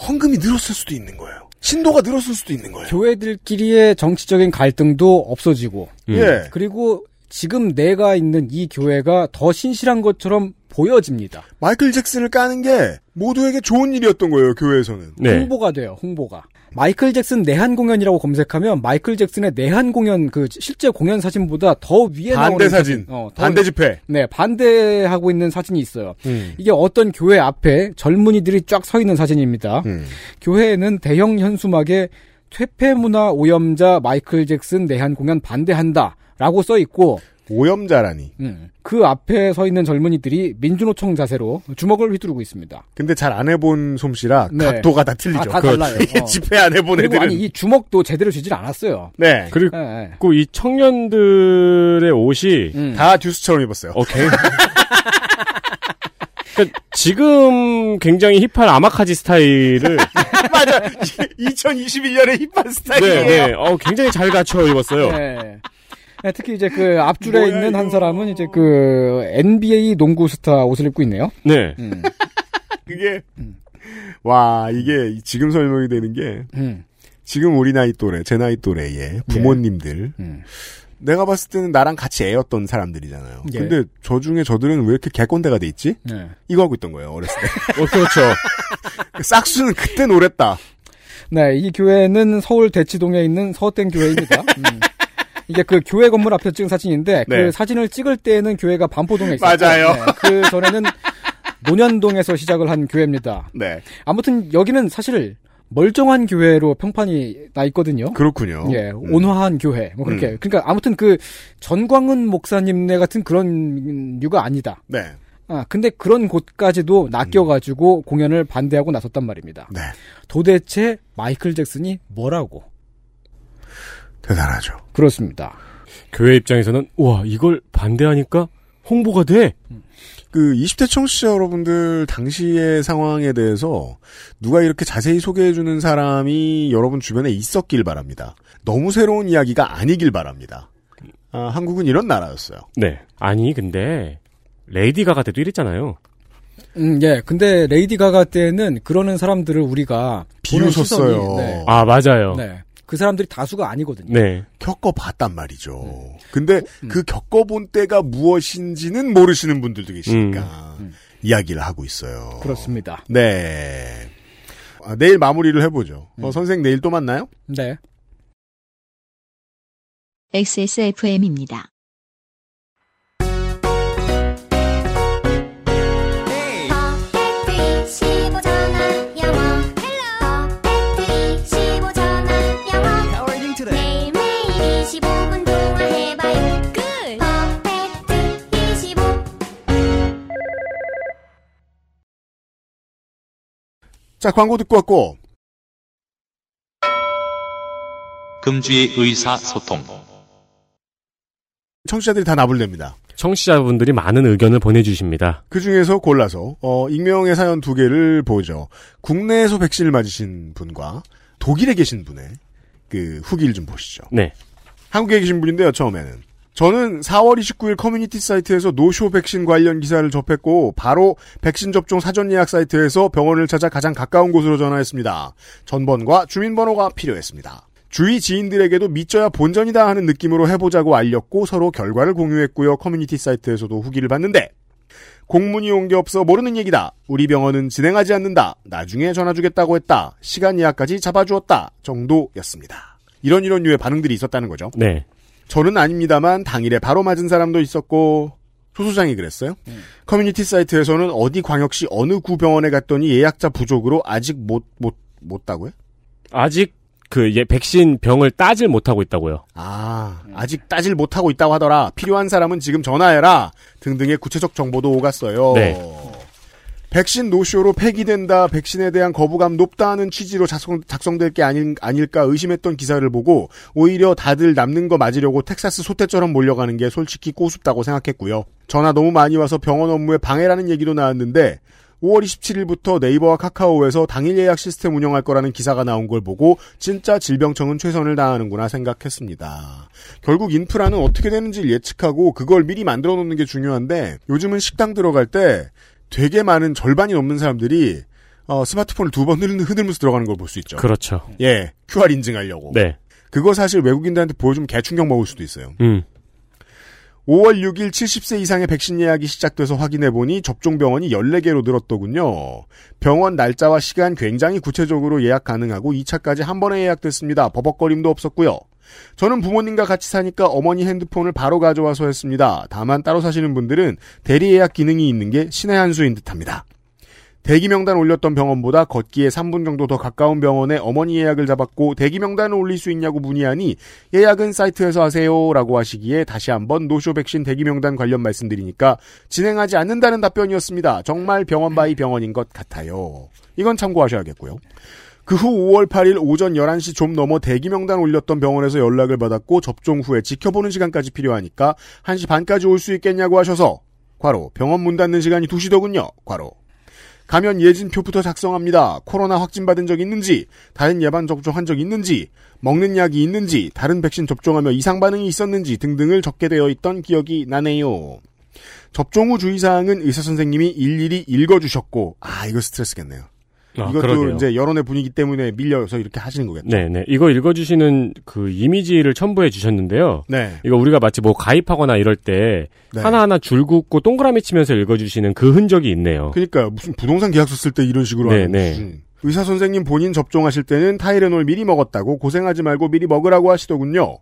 Speaker 2: 헌금이 늘었을 수도 있는 거예요. 신도가 늘었을 수도 있는 거예요.
Speaker 9: 교회들끼리의 정치적인 갈등도 없어지고,
Speaker 2: 음. 예.
Speaker 9: 그리고 지금 내가 있는 이 교회가 더 신실한 것처럼 보여집니다.
Speaker 2: 마이클 잭슨을 까는 게 모두에게 좋은 일이었던 거예요. 교회에서는.
Speaker 3: 네.
Speaker 9: 홍보가 돼요. 홍보가. 마이클 잭슨 내한 공연이라고 검색하면 마이클 잭슨의 내한 공연 그 실제 공연 사진보다 더 위에
Speaker 2: 반대
Speaker 9: 나오는
Speaker 2: 사진,
Speaker 9: 어, 더
Speaker 2: 반대 집회.
Speaker 9: 네, 반대하고 있는 사진이 있어요.
Speaker 2: 음.
Speaker 9: 이게 어떤 교회 앞에 젊은이들이 쫙 서 있는 사진입니다.
Speaker 2: 음.
Speaker 9: 교회에는 대형 현수막에 퇴폐 문화 오염자 마이클 잭슨 내한 공연 반대한다라고 써 있고
Speaker 2: 오염자라니.
Speaker 9: 그 앞에 서 있는 젊은이들이 민주노총 자세로 주먹을 휘두르고 있습니다.
Speaker 2: 근데 잘 안 해본 솜씨라
Speaker 9: 네.
Speaker 2: 각도가 다 틀리죠. 그렇죠.
Speaker 9: 아, 다 달라요. 어.
Speaker 2: 집회 안 해본
Speaker 9: 그리고
Speaker 2: 애들은.
Speaker 9: 아니 이 주먹도 제대로 쥐질 않았어요.
Speaker 2: 네.
Speaker 3: 그리고
Speaker 9: 예, 예.
Speaker 3: 이 청년들의 옷이
Speaker 9: 음.
Speaker 2: 다 듀스처럼 *laughs* 입었어요.
Speaker 3: 오케이. 그러니까 지금 굉장히 힙한 아마카지 스타일을
Speaker 2: 2021년의 힙한
Speaker 3: 네,
Speaker 2: 스타일이에요.
Speaker 3: 네. 어, 굉장히 잘 갖춰 입었어요.
Speaker 9: 네. 네, 특히 이제 그 앞줄에 있는 한 사람은 이제 그 NBA 농구 스타 옷을 입고 있네요.
Speaker 3: 네.
Speaker 2: 그게 와 이게 지금 설명이 되는 게
Speaker 9: 음.
Speaker 2: 지금 우리 나이 또래 제 나이
Speaker 9: 예.
Speaker 2: 또래의 부모님들
Speaker 9: 음.
Speaker 2: 내가 봤을 때는 나랑 같이 애였던 사람들이잖아요.
Speaker 9: 예.
Speaker 2: 근데 저 중에 저들은 왜 이렇게 개꼰대가 돼 있지?
Speaker 9: 네.
Speaker 2: 이거 하고 있던 거예요 어렸을 때.
Speaker 3: 어, 그렇죠.
Speaker 2: 싹수는 그때 노랬다.
Speaker 9: 네, 이 교회는 서울 대치동에 있는 서땡 교회입니다. 음. 이게 그 교회 건물 앞에서 찍은 사진인데
Speaker 2: 네.
Speaker 9: 그 사진을 찍을 때에는 교회가 반포동에 있었고
Speaker 2: 맞아요.
Speaker 9: 네,
Speaker 2: *laughs*
Speaker 9: 그 전에는 논현동에서 시작을 한 교회입니다.
Speaker 2: 네.
Speaker 9: 아무튼 여기는 사실 멀쩡한 교회로 평판이 나 있거든요.
Speaker 2: 그렇군요. 네.
Speaker 9: 예, 온화한 교회 뭐 그렇게.
Speaker 2: 음.
Speaker 9: 그러니까 아무튼 그 전광훈 목사님네 같은 그런 류가 아니다.
Speaker 2: 네.
Speaker 9: 아, 근데 그런 곳까지도 낚여가지고
Speaker 2: 음.
Speaker 9: 공연을 반대하고 나섰단 말입니다.
Speaker 2: 네.
Speaker 9: 도대체 마이클 잭슨이 뭐라고?
Speaker 2: 대단하죠.
Speaker 9: 그렇습니다.
Speaker 3: 교회 입장에서는 우와 이걸 반대하니까 홍보가 돼.
Speaker 2: 그 20대 청취자 여러분들 당시의 상황에 대해서 누가 이렇게 자세히 소개해주는 사람이 여러분 주변에 있었길 바랍니다. 너무 새로운 이야기가 아니길 바랍니다. 아, 한국은 이런 나라였어요.
Speaker 3: 네. 아니 근데 레이디 가가 때도 이랬잖아요.
Speaker 9: 음, 예. 근데 레이디 가가 때는 그러는 사람들을 우리가 보는
Speaker 2: 비웃었어요.
Speaker 9: 시선이, 네.
Speaker 3: 아 맞아요. 네.
Speaker 9: 네. 그 사람들이 다수가 아니거든요.
Speaker 2: 겪어봤단 말이죠.
Speaker 9: 음.
Speaker 2: 근데
Speaker 9: 어,
Speaker 2: 그 겪어본 때가 무엇인지는 모르시는 분들도 계시니까 이야기를 하고 있어요.
Speaker 9: 음. 그렇습니다.
Speaker 2: 네. 아, 내일 마무리를 해보죠. 어,
Speaker 9: 음.
Speaker 2: 선생 내일 또 만나요?
Speaker 9: 네.
Speaker 1: XSFM입니다.
Speaker 2: 자 광고 듣고 왔고
Speaker 4: 금주의 의사소통.
Speaker 2: 청취자들이 다 나불냅니다.
Speaker 3: 청취자분들이 많은 의견을 보내주십니다.
Speaker 2: 그 중에서 골라서 어, 익명의 사연 두 개를 보죠. 국내에서 백신을 맞으신 분과 독일에 계신 분의 그 후기를 좀 보시죠.
Speaker 3: 네.
Speaker 2: 한국에 계신 분인데요. 처음에는 저는 4월 29일 커뮤니티 사이트에서 노쇼 백신 관련 기사를 접했고 바로 백신 접종 사전 예약 사이트에서 병원을 찾아 가장 가까운 곳으로 전화했습니다. 전번과 주민번호가 필요했습니다. 주위 지인들에게도 믿져야 본전이다 하는 느낌으로 해보자고 알렸고 서로 결과를 공유했고요. 커뮤니티 사이트에서도 후기를 봤는데 공문이 온 게 없어 모르는 얘기다. 우리 병원은 진행하지 않는다. 나중에 전화 주겠다고 했다. 시간 예약까지 잡아주었다. 정도였습니다. 이런 이런 류의 반응들이 있었다는 거죠.
Speaker 3: 네.
Speaker 2: 저는 아닙니다만 당일에 바로 맞은 사람도 있었고 소소장이 그랬어요. 커뮤니티 사이트에서는 어디 광역시 어느 구병원에 갔더니 예약자 부족으로 아직 못 못 못, 다고요
Speaker 3: 아직 그 예, 백신 병을 따질 못하고 있다고요.
Speaker 2: 아 아직 따질 못하고 있다고 하더라. 필요한 사람은 지금 전화해라 등등의 구체적 정보도 오갔어요.
Speaker 3: 네.
Speaker 2: 백신 노쇼로 폐기된다, 백신에 대한 거부감 높다는 취지로 작성, 작성될 게 아닌, 아닐까 의심했던 기사를 보고 오히려 다들 남는 거 맞으려고 텍사스 소떼처럼 몰려가는 게 솔직히 꼬숩다고 생각했고요. 전화 너무 많이 와서 병원 업무에 방해라는 얘기도 나왔는데 5월 27일부터 네이버와 카카오에서 당일 예약 시스템 운영할 거라는 기사가 나온 걸 보고 진짜 질병청은 최선을 다하는구나 생각했습니다. 결국 인프라는 어떻게 되는지를 예측하고 그걸 미리 만들어 놓는 게 중요한데 요즘은 식당 들어갈 때 되게 많은 절반이 넘는 사람들이 어, 스마트폰을 두 번 *laughs* 흔들면서 들어가는 걸 볼 수 있죠.
Speaker 3: 그렇죠.
Speaker 2: 예, QR 인증하려고.
Speaker 3: 네.
Speaker 2: 그거 사실 외국인들한테 보여주면 개충격 먹을 수도 있어요.
Speaker 3: 음.
Speaker 2: 5월 6일 70세 이상의 백신 예약이 시작돼서 확인해보니 접종 병원이 14개로 늘었더군요. 병원 날짜와 시간 굉장히 구체적으로 예약 가능하고 2차까지 한 번에 예약됐습니다. 버벅거림도 없었고요. 저는 부모님과 같이 사니까 어머니 핸드폰을 바로 가져와서 했습니다. 다만 따로 사시는 분들은 대리 예약 기능이 있는 게 신의 한 수인 듯합니다. 대기 명단 올렸던 병원보다 걷기에 3분 정도 더 가까운 병원에 어머니 예약을 잡았고 대기 명단을 올릴 수 있냐고 문의하니 예약은 사이트에서 하세요라고 하시기에 다시 한번 노쇼 백신 대기 명단 관련 말씀드리니까 진행하지 않는다는 답변이었습니다. 정말 병원 바이 병원인 것 같아요. 이건 참고하셔야겠고요. 그 후 5월 8일 오전 11시 좀 넘어 대기 명단 올렸던 병원에서 연락을 받았고 접종 후에 지켜보는 시간까지 필요하니까 1시 반까지 올 수 있겠냐고 하셔서 과로 병원 문 닫는 시간이 2시더군요. 과로 감염 예진표부터 작성합니다. 코로나 확진받은 적 있는지, 다른 예방 접종한 적 있는지, 먹는 약이 있는지, 다른 백신 접종하며 이상 반응이 있었는지 등등을 적게 되어 있던 기억이 나네요. 접종 후 주의사항은 의사 선생님이 일일이 읽어주셨고, 아 이거 스트레스겠네요.
Speaker 3: 아,
Speaker 2: 이것도
Speaker 3: 그러게요.
Speaker 2: 이제 여론의 분위기 때문에 밀려서 이렇게 하시는 거겠죠.
Speaker 3: 네, 네. 이거 읽어주시는 그 이미지를 첨부해 주셨는데요.
Speaker 2: 네.
Speaker 3: 이거 우리가 마치 뭐 가입하거나 이럴 때
Speaker 2: 네.
Speaker 3: 하나하나 줄 긋고 동그라미 치면서 읽어주시는 그 흔적이 있네요.
Speaker 2: 그러니까 무슨 부동산 계약서 쓸 때 이런 식으로
Speaker 3: 네,
Speaker 2: 하는
Speaker 3: 네.
Speaker 2: 수준. 의사 선생님 본인 접종하실 때는 타이레놀 미리 먹었다고 고생하지 말고 미리 먹으라고 하시더군요.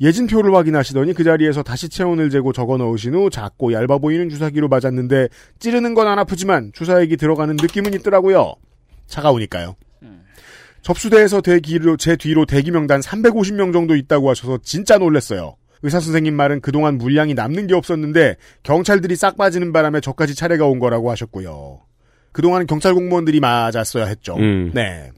Speaker 2: 예진표를 확인하시더니 그 자리에서 다시 체온을 재고 적어 넣으신 후 작고 얇아 보이는 주사기로 맞았는데 찌르는 건 안 아프지만 주사액이 들어가는 느낌은 있더라고요. 차가우니까요. 접수대에서 대기로 제 뒤로 대기 명단 350명 정도 있다고 하셔서 진짜 놀랐어요. 의사 선생님 말은 그동안 물량이 남는 게 없었는데 경찰들이 싹 빠지는 바람에 저까지 차례가 온 거라고 하셨고요. 그동안 경찰 공무원들이 맞았어야 했죠.
Speaker 3: 음.
Speaker 2: 네.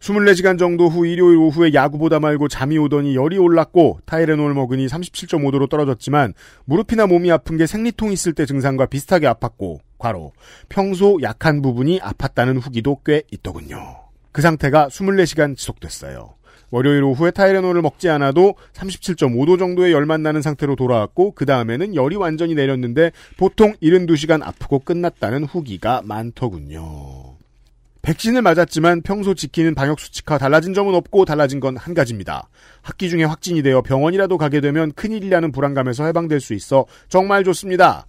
Speaker 2: 24시간 정도 후 일요일 오후에 야구보다 말고 잠이 오더니 열이 올랐고 타이레놀 먹으니 37.5도로 떨어졌지만 무릎이나 몸이 아픈 게 생리통 있을 때 증상과 비슷하게 아팠고 과로 평소 약한 부분이 아팠다는 후기도 꽤 있더군요. 그 상태가 24시간 지속됐어요. 월요일 오후에 타이레놀을 먹지 않아도 37.5도 정도의 열만 나는 상태로 돌아왔고 그 다음에는 열이 완전히 내렸는데 보통 72시간 아프고 끝났다는 후기가 많더군요. 백신을 맞았지만 평소 지키는 방역 수칙과 달라진 점은 없고 달라진 건 한 가지입니다. 학기 중에 확진이 되어 병원이라도 가게 되면 큰일이라는 불안감에서 해방될 수 있어 정말 좋습니다.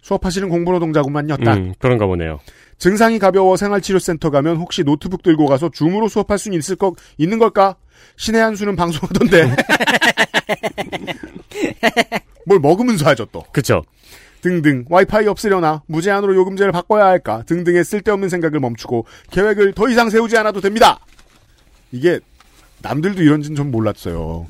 Speaker 2: 수업하시는 공부 노동자구만요. 네, 딱.
Speaker 3: 음, 그런가 보네요.
Speaker 2: 증상이 가벼워 생활치료센터 가면 혹시 노트북 들고 가서 줌으로 수업할 수는 있을 것 있는 걸까? 신의 한 수는 방송하던데. 뭘 먹으면서 하죠 또.
Speaker 3: 그쵸.
Speaker 2: 등등 와이파이 없으려나 무제한으로 요금제를 바꿔야 할까 등등의 쓸데없는 생각을 멈추고 계획을 더 이상 세우지 않아도 됩니다. 이게 남들도 이런지는 전 몰랐어요.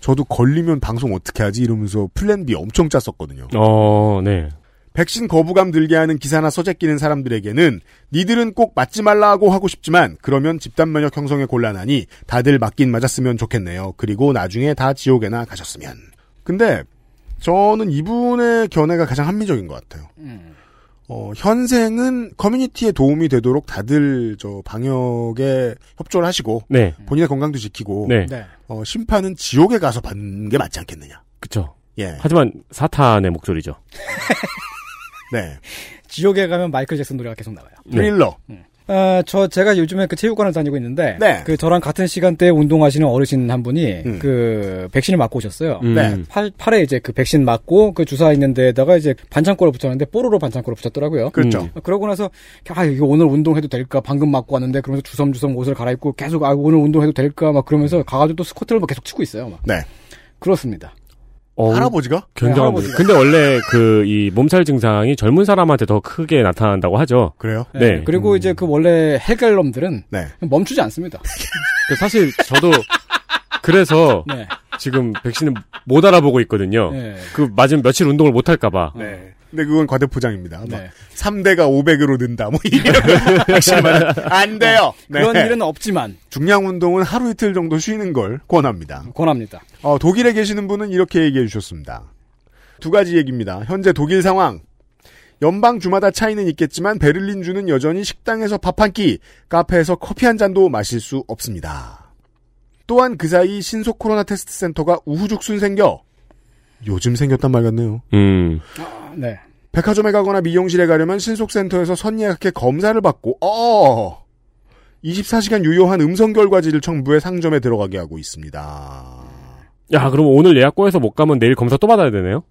Speaker 2: 저도 걸리면 방송 어떻게 하지 이러면서 플랜 B 엄청 짰었거든요.
Speaker 3: 어, 네.
Speaker 2: 백신 거부감 들게 하는 기사나 서재 끼는 사람들에게는 니들은 꼭 맞지 말라고 하고 싶지만 그러면 집단 면역 형성에 곤란하니 다들 맞긴 맞았으면 좋겠네요. 그리고 나중에 다 지옥에나 가셨으면. 근데 저는 이분의 견해가 가장 합리적인 것 같아요. 어, 현생은 커뮤니티에 도움이 되도록 다들 저 방역에 협조를 하시고
Speaker 3: 네.
Speaker 2: 본인의 건강도 지키고
Speaker 3: 네.
Speaker 9: 네.
Speaker 2: 어, 심판은 지옥에 가서 받는 게 맞지 않겠느냐.
Speaker 3: 그쵸.
Speaker 2: 예.
Speaker 3: 하지만 사탄의 목소리죠.
Speaker 2: 네.
Speaker 9: 지옥에 가면 마이클 잭슨 노래가 계속 나와요.
Speaker 3: 네.
Speaker 2: 트릴러.
Speaker 9: 아, 저 제가 요즘에 그 체육관을 다니고 있는데
Speaker 2: 네.
Speaker 9: 그 저랑 같은 시간대에 운동하시는 어르신 한 분이
Speaker 2: 음.
Speaker 9: 그 백신을 맞고 오셨어요.
Speaker 3: 음,
Speaker 2: 네.
Speaker 9: 팔, 팔에 이제 그 백신 맞고 그 주사 있는 데에다가 이제 반창고를 붙였는데 뽀로로 반창고를 붙였더라고요.
Speaker 2: 그렇죠.
Speaker 3: 음.
Speaker 9: 그러고 나서 아 이거 오늘 운동해도 될까 방금 맞고 왔는데 그러면서 주섬주섬 옷을 갈아입고 계속 아 오늘 운동해도 될까 막
Speaker 2: 음.
Speaker 9: 그러면서 가가지고 또 스쿼트를 막 계속 치고 있어요. 막.
Speaker 2: 네.
Speaker 9: 그렇습니다.
Speaker 3: 어,
Speaker 2: 할아버지가?
Speaker 3: 굉장한
Speaker 9: 네,
Speaker 3: 분이. 근데 원래 그 이 몸살 증상이 젊은 사람한테 더 크게 나타난다고 하죠.
Speaker 2: 그래요?
Speaker 3: 네.
Speaker 9: 그리고 이제 그 원래 해결놈들은
Speaker 2: 음. 네. *laughs*
Speaker 9: 멈추지 않습니다.
Speaker 3: 그 사실 저도
Speaker 2: *laughs*
Speaker 3: 그래서
Speaker 9: 네.
Speaker 3: 지금 백신을 못 알아보고 있거든요.
Speaker 9: 네.
Speaker 3: 그 맞으면 며칠 운동을 못 할까봐.
Speaker 2: 네. 근데 그건 과대포장입니다. 막
Speaker 9: 네.
Speaker 2: 3대가 500으로 는다. 뭐
Speaker 9: *laughs*
Speaker 2: 이런 확실히만 안 돼요. 네.
Speaker 9: 어, 그런 일은 없지만
Speaker 2: 중량 운동은 하루 이틀 정도 쉬는 걸 권합니다.
Speaker 9: 권합니다.
Speaker 2: 어, 독일에 계시는 분은 이렇게 얘기해 주셨습니다. 두 가지 얘기입니다. 현재 독일 상황. 연방 주마다 차이는 있겠지만 베를린 주는 여전히 식당에서 밥 한 끼, 카페에서 커피 한 잔도 마실 수 없습니다. 또한 그 사이 신속 코로나 테스트 센터가 우후죽순 생겨 요즘 생겼단 말 같네요.
Speaker 3: 음.
Speaker 9: 네.
Speaker 2: 백화점에 가거나 미용실에 가려면 신속센터에서 선예약해 검사를 받고 어 24시간 유효한 음성 결과지를 첨부해 상점에 들어가게 하고 있습니다.
Speaker 3: 야, 그럼 오늘 예약 꼬여서 못 가면 내일 검사 또 받아야 되네요?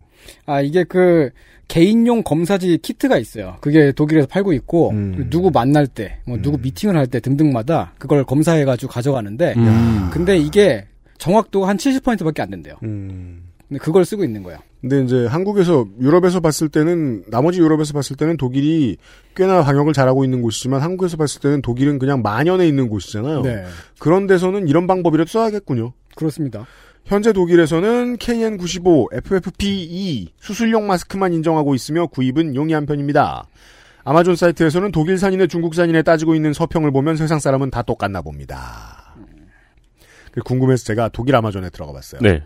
Speaker 9: 아, 이게 그, 개인용 검사지 키트가 있어요. 그게 독일에서 팔고 있고,
Speaker 3: 음.
Speaker 9: 그 누구 만날 때, 뭐, 누구 미팅을 할 때 등등마다 그걸 검사해가지고 가져가는데,
Speaker 3: 음.
Speaker 9: 근데 이게 정확도가 한 70%밖에 안 된대요. 근데 그걸 쓰고 있는 거예요.
Speaker 2: 근데 이제 한국에서 유럽에서 봤을 때는 나머지 유럽에서 봤을 때는 독일이 꽤나 방역을 잘하고 있는 곳이지만 한국에서 봤을 때는 독일은 그냥 만연해 있는
Speaker 3: 어.
Speaker 2: 곳이잖아요.
Speaker 9: 네.
Speaker 2: 그런 데서는 이런 방법이라도 써야겠군요.
Speaker 9: 그렇습니다.
Speaker 2: 현재 독일에서는 KN95, FFP2 수술용 마스크만 인정하고 있으며 구입은 용이한 편입니다. 아마존 사이트에서는 독일산인의 중국산인에 따지고 있는 서평을 보면 세상 사람은 다 똑같나 봅니다. 그 궁금해서 제가 독일 아마존에 들어가 봤어요.
Speaker 3: 네.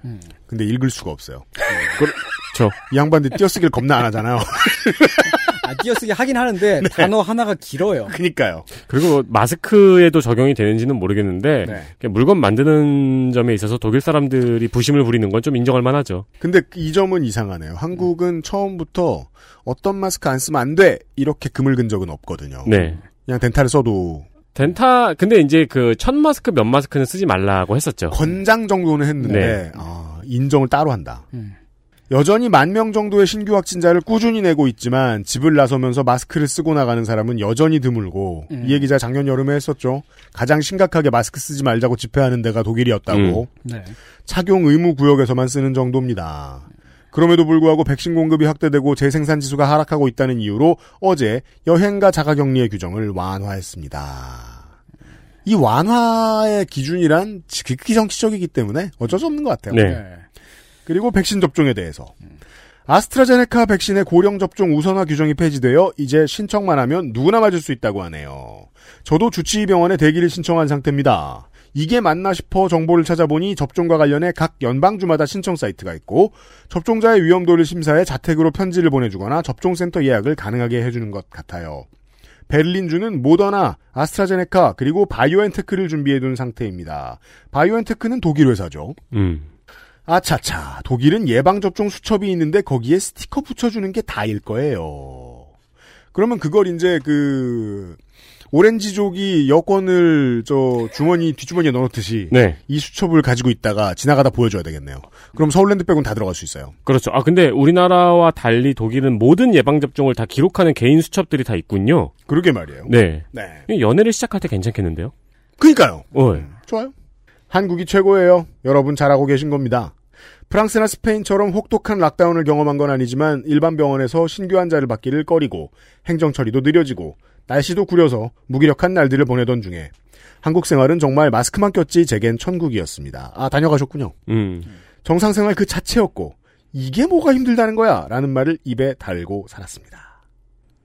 Speaker 2: 근데 읽을 수가 없어요.
Speaker 3: 그렇죠.
Speaker 2: 이 양반들 띄어쓰기를 겁나 안 하잖아요. *laughs*
Speaker 9: 아, 띄어쓰기 하긴
Speaker 3: *laughs*
Speaker 9: 하는데,
Speaker 3: 네.
Speaker 9: 단어 하나가 길어요.
Speaker 2: 그니까요.
Speaker 3: 그리고 뭐 마스크에도 적용이 되는지는 모르겠는데
Speaker 9: 네.
Speaker 3: 그냥 물건 만드는 점에 있어서 독일 사람들이 부심을 부리는 건 좀 인정할 만하죠.
Speaker 2: 근데 이 점은 이상하네요. 한국은 처음부터 어떤 마스크 안 쓰면 안 돼! 이렇게 그물근 적은 없거든요.
Speaker 3: 네.
Speaker 2: 그냥 덴탈을 써도
Speaker 3: 덴타 근데 이제 그 첫 마스크 몇 마스크는 쓰지 말라고 했었죠.
Speaker 2: 권장 정도는 했는데
Speaker 3: 네.
Speaker 2: 아, 인정을 따로 한다. 여전히 만 명 정도의 신규 확진자를 꾸준히 내고 있지만 집을 나서면서 마스크를 쓰고 나가는 사람은 여전히 드물고
Speaker 3: 네.
Speaker 9: 음.
Speaker 2: 이 얘기자 작년 여름에 했었죠. 가장 심각하게 마스크 쓰지 말자고 집회하는 데가
Speaker 3: 음.
Speaker 2: 독일이었다고.
Speaker 9: 네.
Speaker 2: 착용 의무 구역에서만 쓰는 정도입니다. 그럼에도 불구하고 백신 공급이 확대되고 재생산 지수가 하락하고 있다는 이유로 어제 여행과 자가격리의 규정을 완화했습니다. 이 완화의 기준이란 극히 정치적이기 때문에 어쩔 수 없는 것 같아요.
Speaker 3: 네.
Speaker 2: 그리고 백신 접종에 대해서 아스트라제네카 백신의 고령 접종 우선화 규정이 폐지되어 이제 신청만 하면 누구나 맞을 수 있다고 하네요. 저도 주치의병원에 대기를 신청한 상태입니다. 이게 맞나 싶어 정보를 찾아보니 접종과 관련해 각 연방주마다 신청 사이트가 있고 접종자의 위험도를 심사해 자택으로 편지를 보내주거나 접종센터 예약을 가능하게 해주는 것 같아요. 베를린주는 모더나, 아스트라제네카, 그리고 바이오엔테크를 준비해둔 상태입니다. 바이오엔테크는 독일 회사죠.
Speaker 3: 음.
Speaker 2: 아차차, 독일은 예방접종 수첩이 있는데 거기에 스티커 붙여주는 게 다일 거예요. 그러면 그걸 이제 그, 오렌지족이 여권을 저 주머니, 뒷주머니에 넣어놓듯이.
Speaker 3: 네.
Speaker 2: 이 수첩을 가지고 있다가 지나가다 보여줘야 되겠네요. 그럼 서울랜드 빼고는 다 들어갈 수 있어요.
Speaker 3: 그렇죠. 아 근데 우리나라와 달리 독일은 모든 예방 접종을 다 기록하는 개인 수첩들이 다 있군요.
Speaker 2: 그러게 말이에요.
Speaker 3: 네.
Speaker 2: 네.
Speaker 3: 연애를 시작할 때 괜찮겠는데요?
Speaker 2: 그니까요.
Speaker 3: 어.
Speaker 2: 좋아요. 한국이 최고예요. 여러분 잘하고 계신 겁니다. 프랑스나 스페인처럼 혹독한 락다운을 경험한 건 아니지만 일반 병원에서 신규 환자를 받기를 꺼리고 행정 처리도 느려지고 날씨도 구려서 무기력한 날들을 보내던 중에 한국 생활은 정말 마스크만 꼈지 제겐 천국이었습니다. 아 다녀가셨군요.
Speaker 3: 음.
Speaker 2: 정상 생활 그 자체였고 이게 뭐가 힘들다는 거야 라는 말을 입에 달고 살았습니다.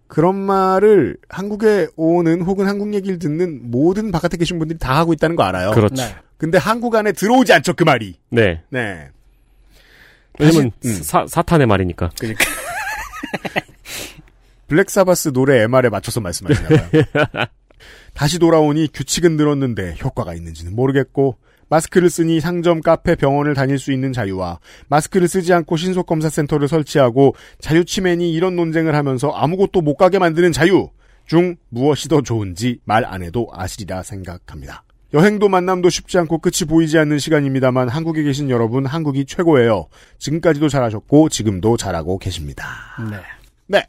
Speaker 2: 그런 말을 한국에 오는 혹은 한국 얘기를 듣는 모든 바깥에 계신 분들이 다 하고 있다는 거 알아요.
Speaker 3: 그렇죠.
Speaker 9: 네.
Speaker 2: 근데 한국 안에 들어오지 않죠 그 말이.
Speaker 3: 네.
Speaker 2: 네.
Speaker 3: 왜냐면
Speaker 2: 다시- 음. 그,
Speaker 3: 사, 사탄의 말이니까.
Speaker 2: 블랙사바스 노래 MR에 맞춰서 말씀하시나봐요. 다시 돌아오니 규칙은 늘었는데 효과가 있는지는 모르겠고 마스크를 쓰니 상점, 카페, 병원을 다닐 수 있는 자유와 마스크를 쓰지 않고 신속검사센터를 설치하고 자유치매니 이런 논쟁을 하면서 아무것도 못 가게 만드는 자유 중 무엇이 더 좋은지 말 안 해도 아시리라 생각합니다. 여행도 만남도 쉽지 않고 끝이 보이지 않는 시간입니다만 한국에 계신 여러분 한국이 최고예요. 지금까지도 잘하셨고 지금도 잘하고 계십니다.
Speaker 9: 네.
Speaker 2: 네.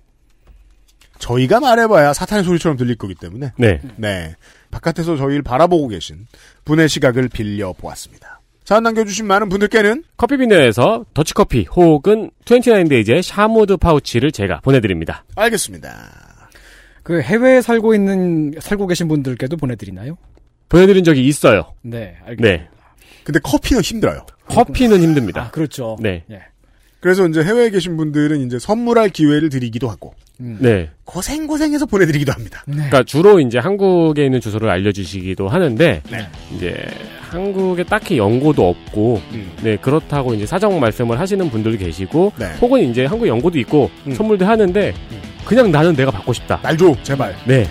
Speaker 2: 저희가 말해봐야 사탄의 소리처럼 들릴 거기 때문에.
Speaker 3: 네.
Speaker 2: 네. 바깥에서 저희를 바라보고 계신 분의 시각을 빌려보았습니다. 사연 남겨주신 많은 분들께는
Speaker 3: 커피빈에서 더치커피 혹은 29데이즈의 샤모드 파우치를 제가 보내드립니다.
Speaker 2: 알겠습니다.
Speaker 9: 그 해외에 살고 있는, 살고 계신 분들께도 보내드리나요?
Speaker 3: 보내드린 적이 있어요.
Speaker 9: 네, 알겠습니다.
Speaker 3: 네.
Speaker 2: 근데 커피는 힘들어요.
Speaker 3: 커피는 힘듭니다.
Speaker 9: 아, 그렇죠.
Speaker 3: 네.
Speaker 9: 예.
Speaker 2: 그래서 이제 해외에 계신 분들은 이제 선물할 기회를 드리기도 하고,
Speaker 3: 네.
Speaker 2: 고생고생해서 보내드리기도 합니다.
Speaker 3: 그러니까 주로 이제 한국에 있는 주소를 알려주시기도 하는데
Speaker 2: 네.
Speaker 3: 이제 한국에 딱히 연고도 없고
Speaker 2: 음.
Speaker 3: 네 그렇다고 이제 사정 말씀을 하시는 분들도 계시고
Speaker 2: 네.
Speaker 3: 혹은 이제 한국 연고도 있고
Speaker 2: 음.
Speaker 3: 선물도 하는데 그냥 나는 내가 받고 싶다.
Speaker 2: 날 줘, 제발.
Speaker 3: 네.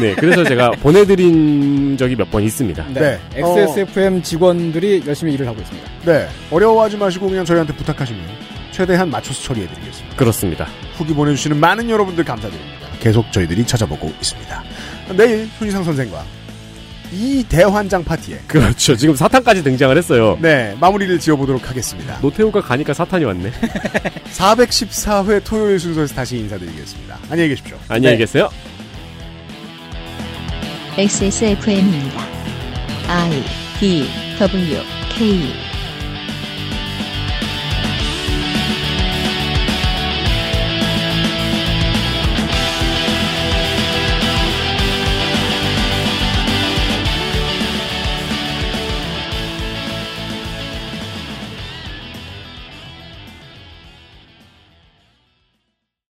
Speaker 3: 네. 그래서 제가 보내드린 적이 몇 번 있습니다.
Speaker 2: 네.
Speaker 9: XSFM 직원들이 열심히 일을 하고 있습니다.
Speaker 2: 네. 어려워하지 마시고 그냥 저희한테 부탁하시면 최대한 맞춰서 처리해드리겠습니다.
Speaker 3: 그렇습니다.
Speaker 2: 후기 보내주시는 많은 여러분들 감사드립니다. 계속 저희들이 찾아보고 있습니다. 내일 손희상 선생과 이 대환장 파티에
Speaker 3: 그렇죠. 지금 사탄까지 등장을 했어요.
Speaker 2: 네, 마무리를 지어보도록 하겠습니다.
Speaker 3: 노태우가 가니까 사탄이 왔네.
Speaker 2: 414회 토요일 순서에서 다시 인사드리겠습니다. 안녕히 계십시오.
Speaker 3: 안녕히 계세요.
Speaker 1: XSFM입니다. I D W K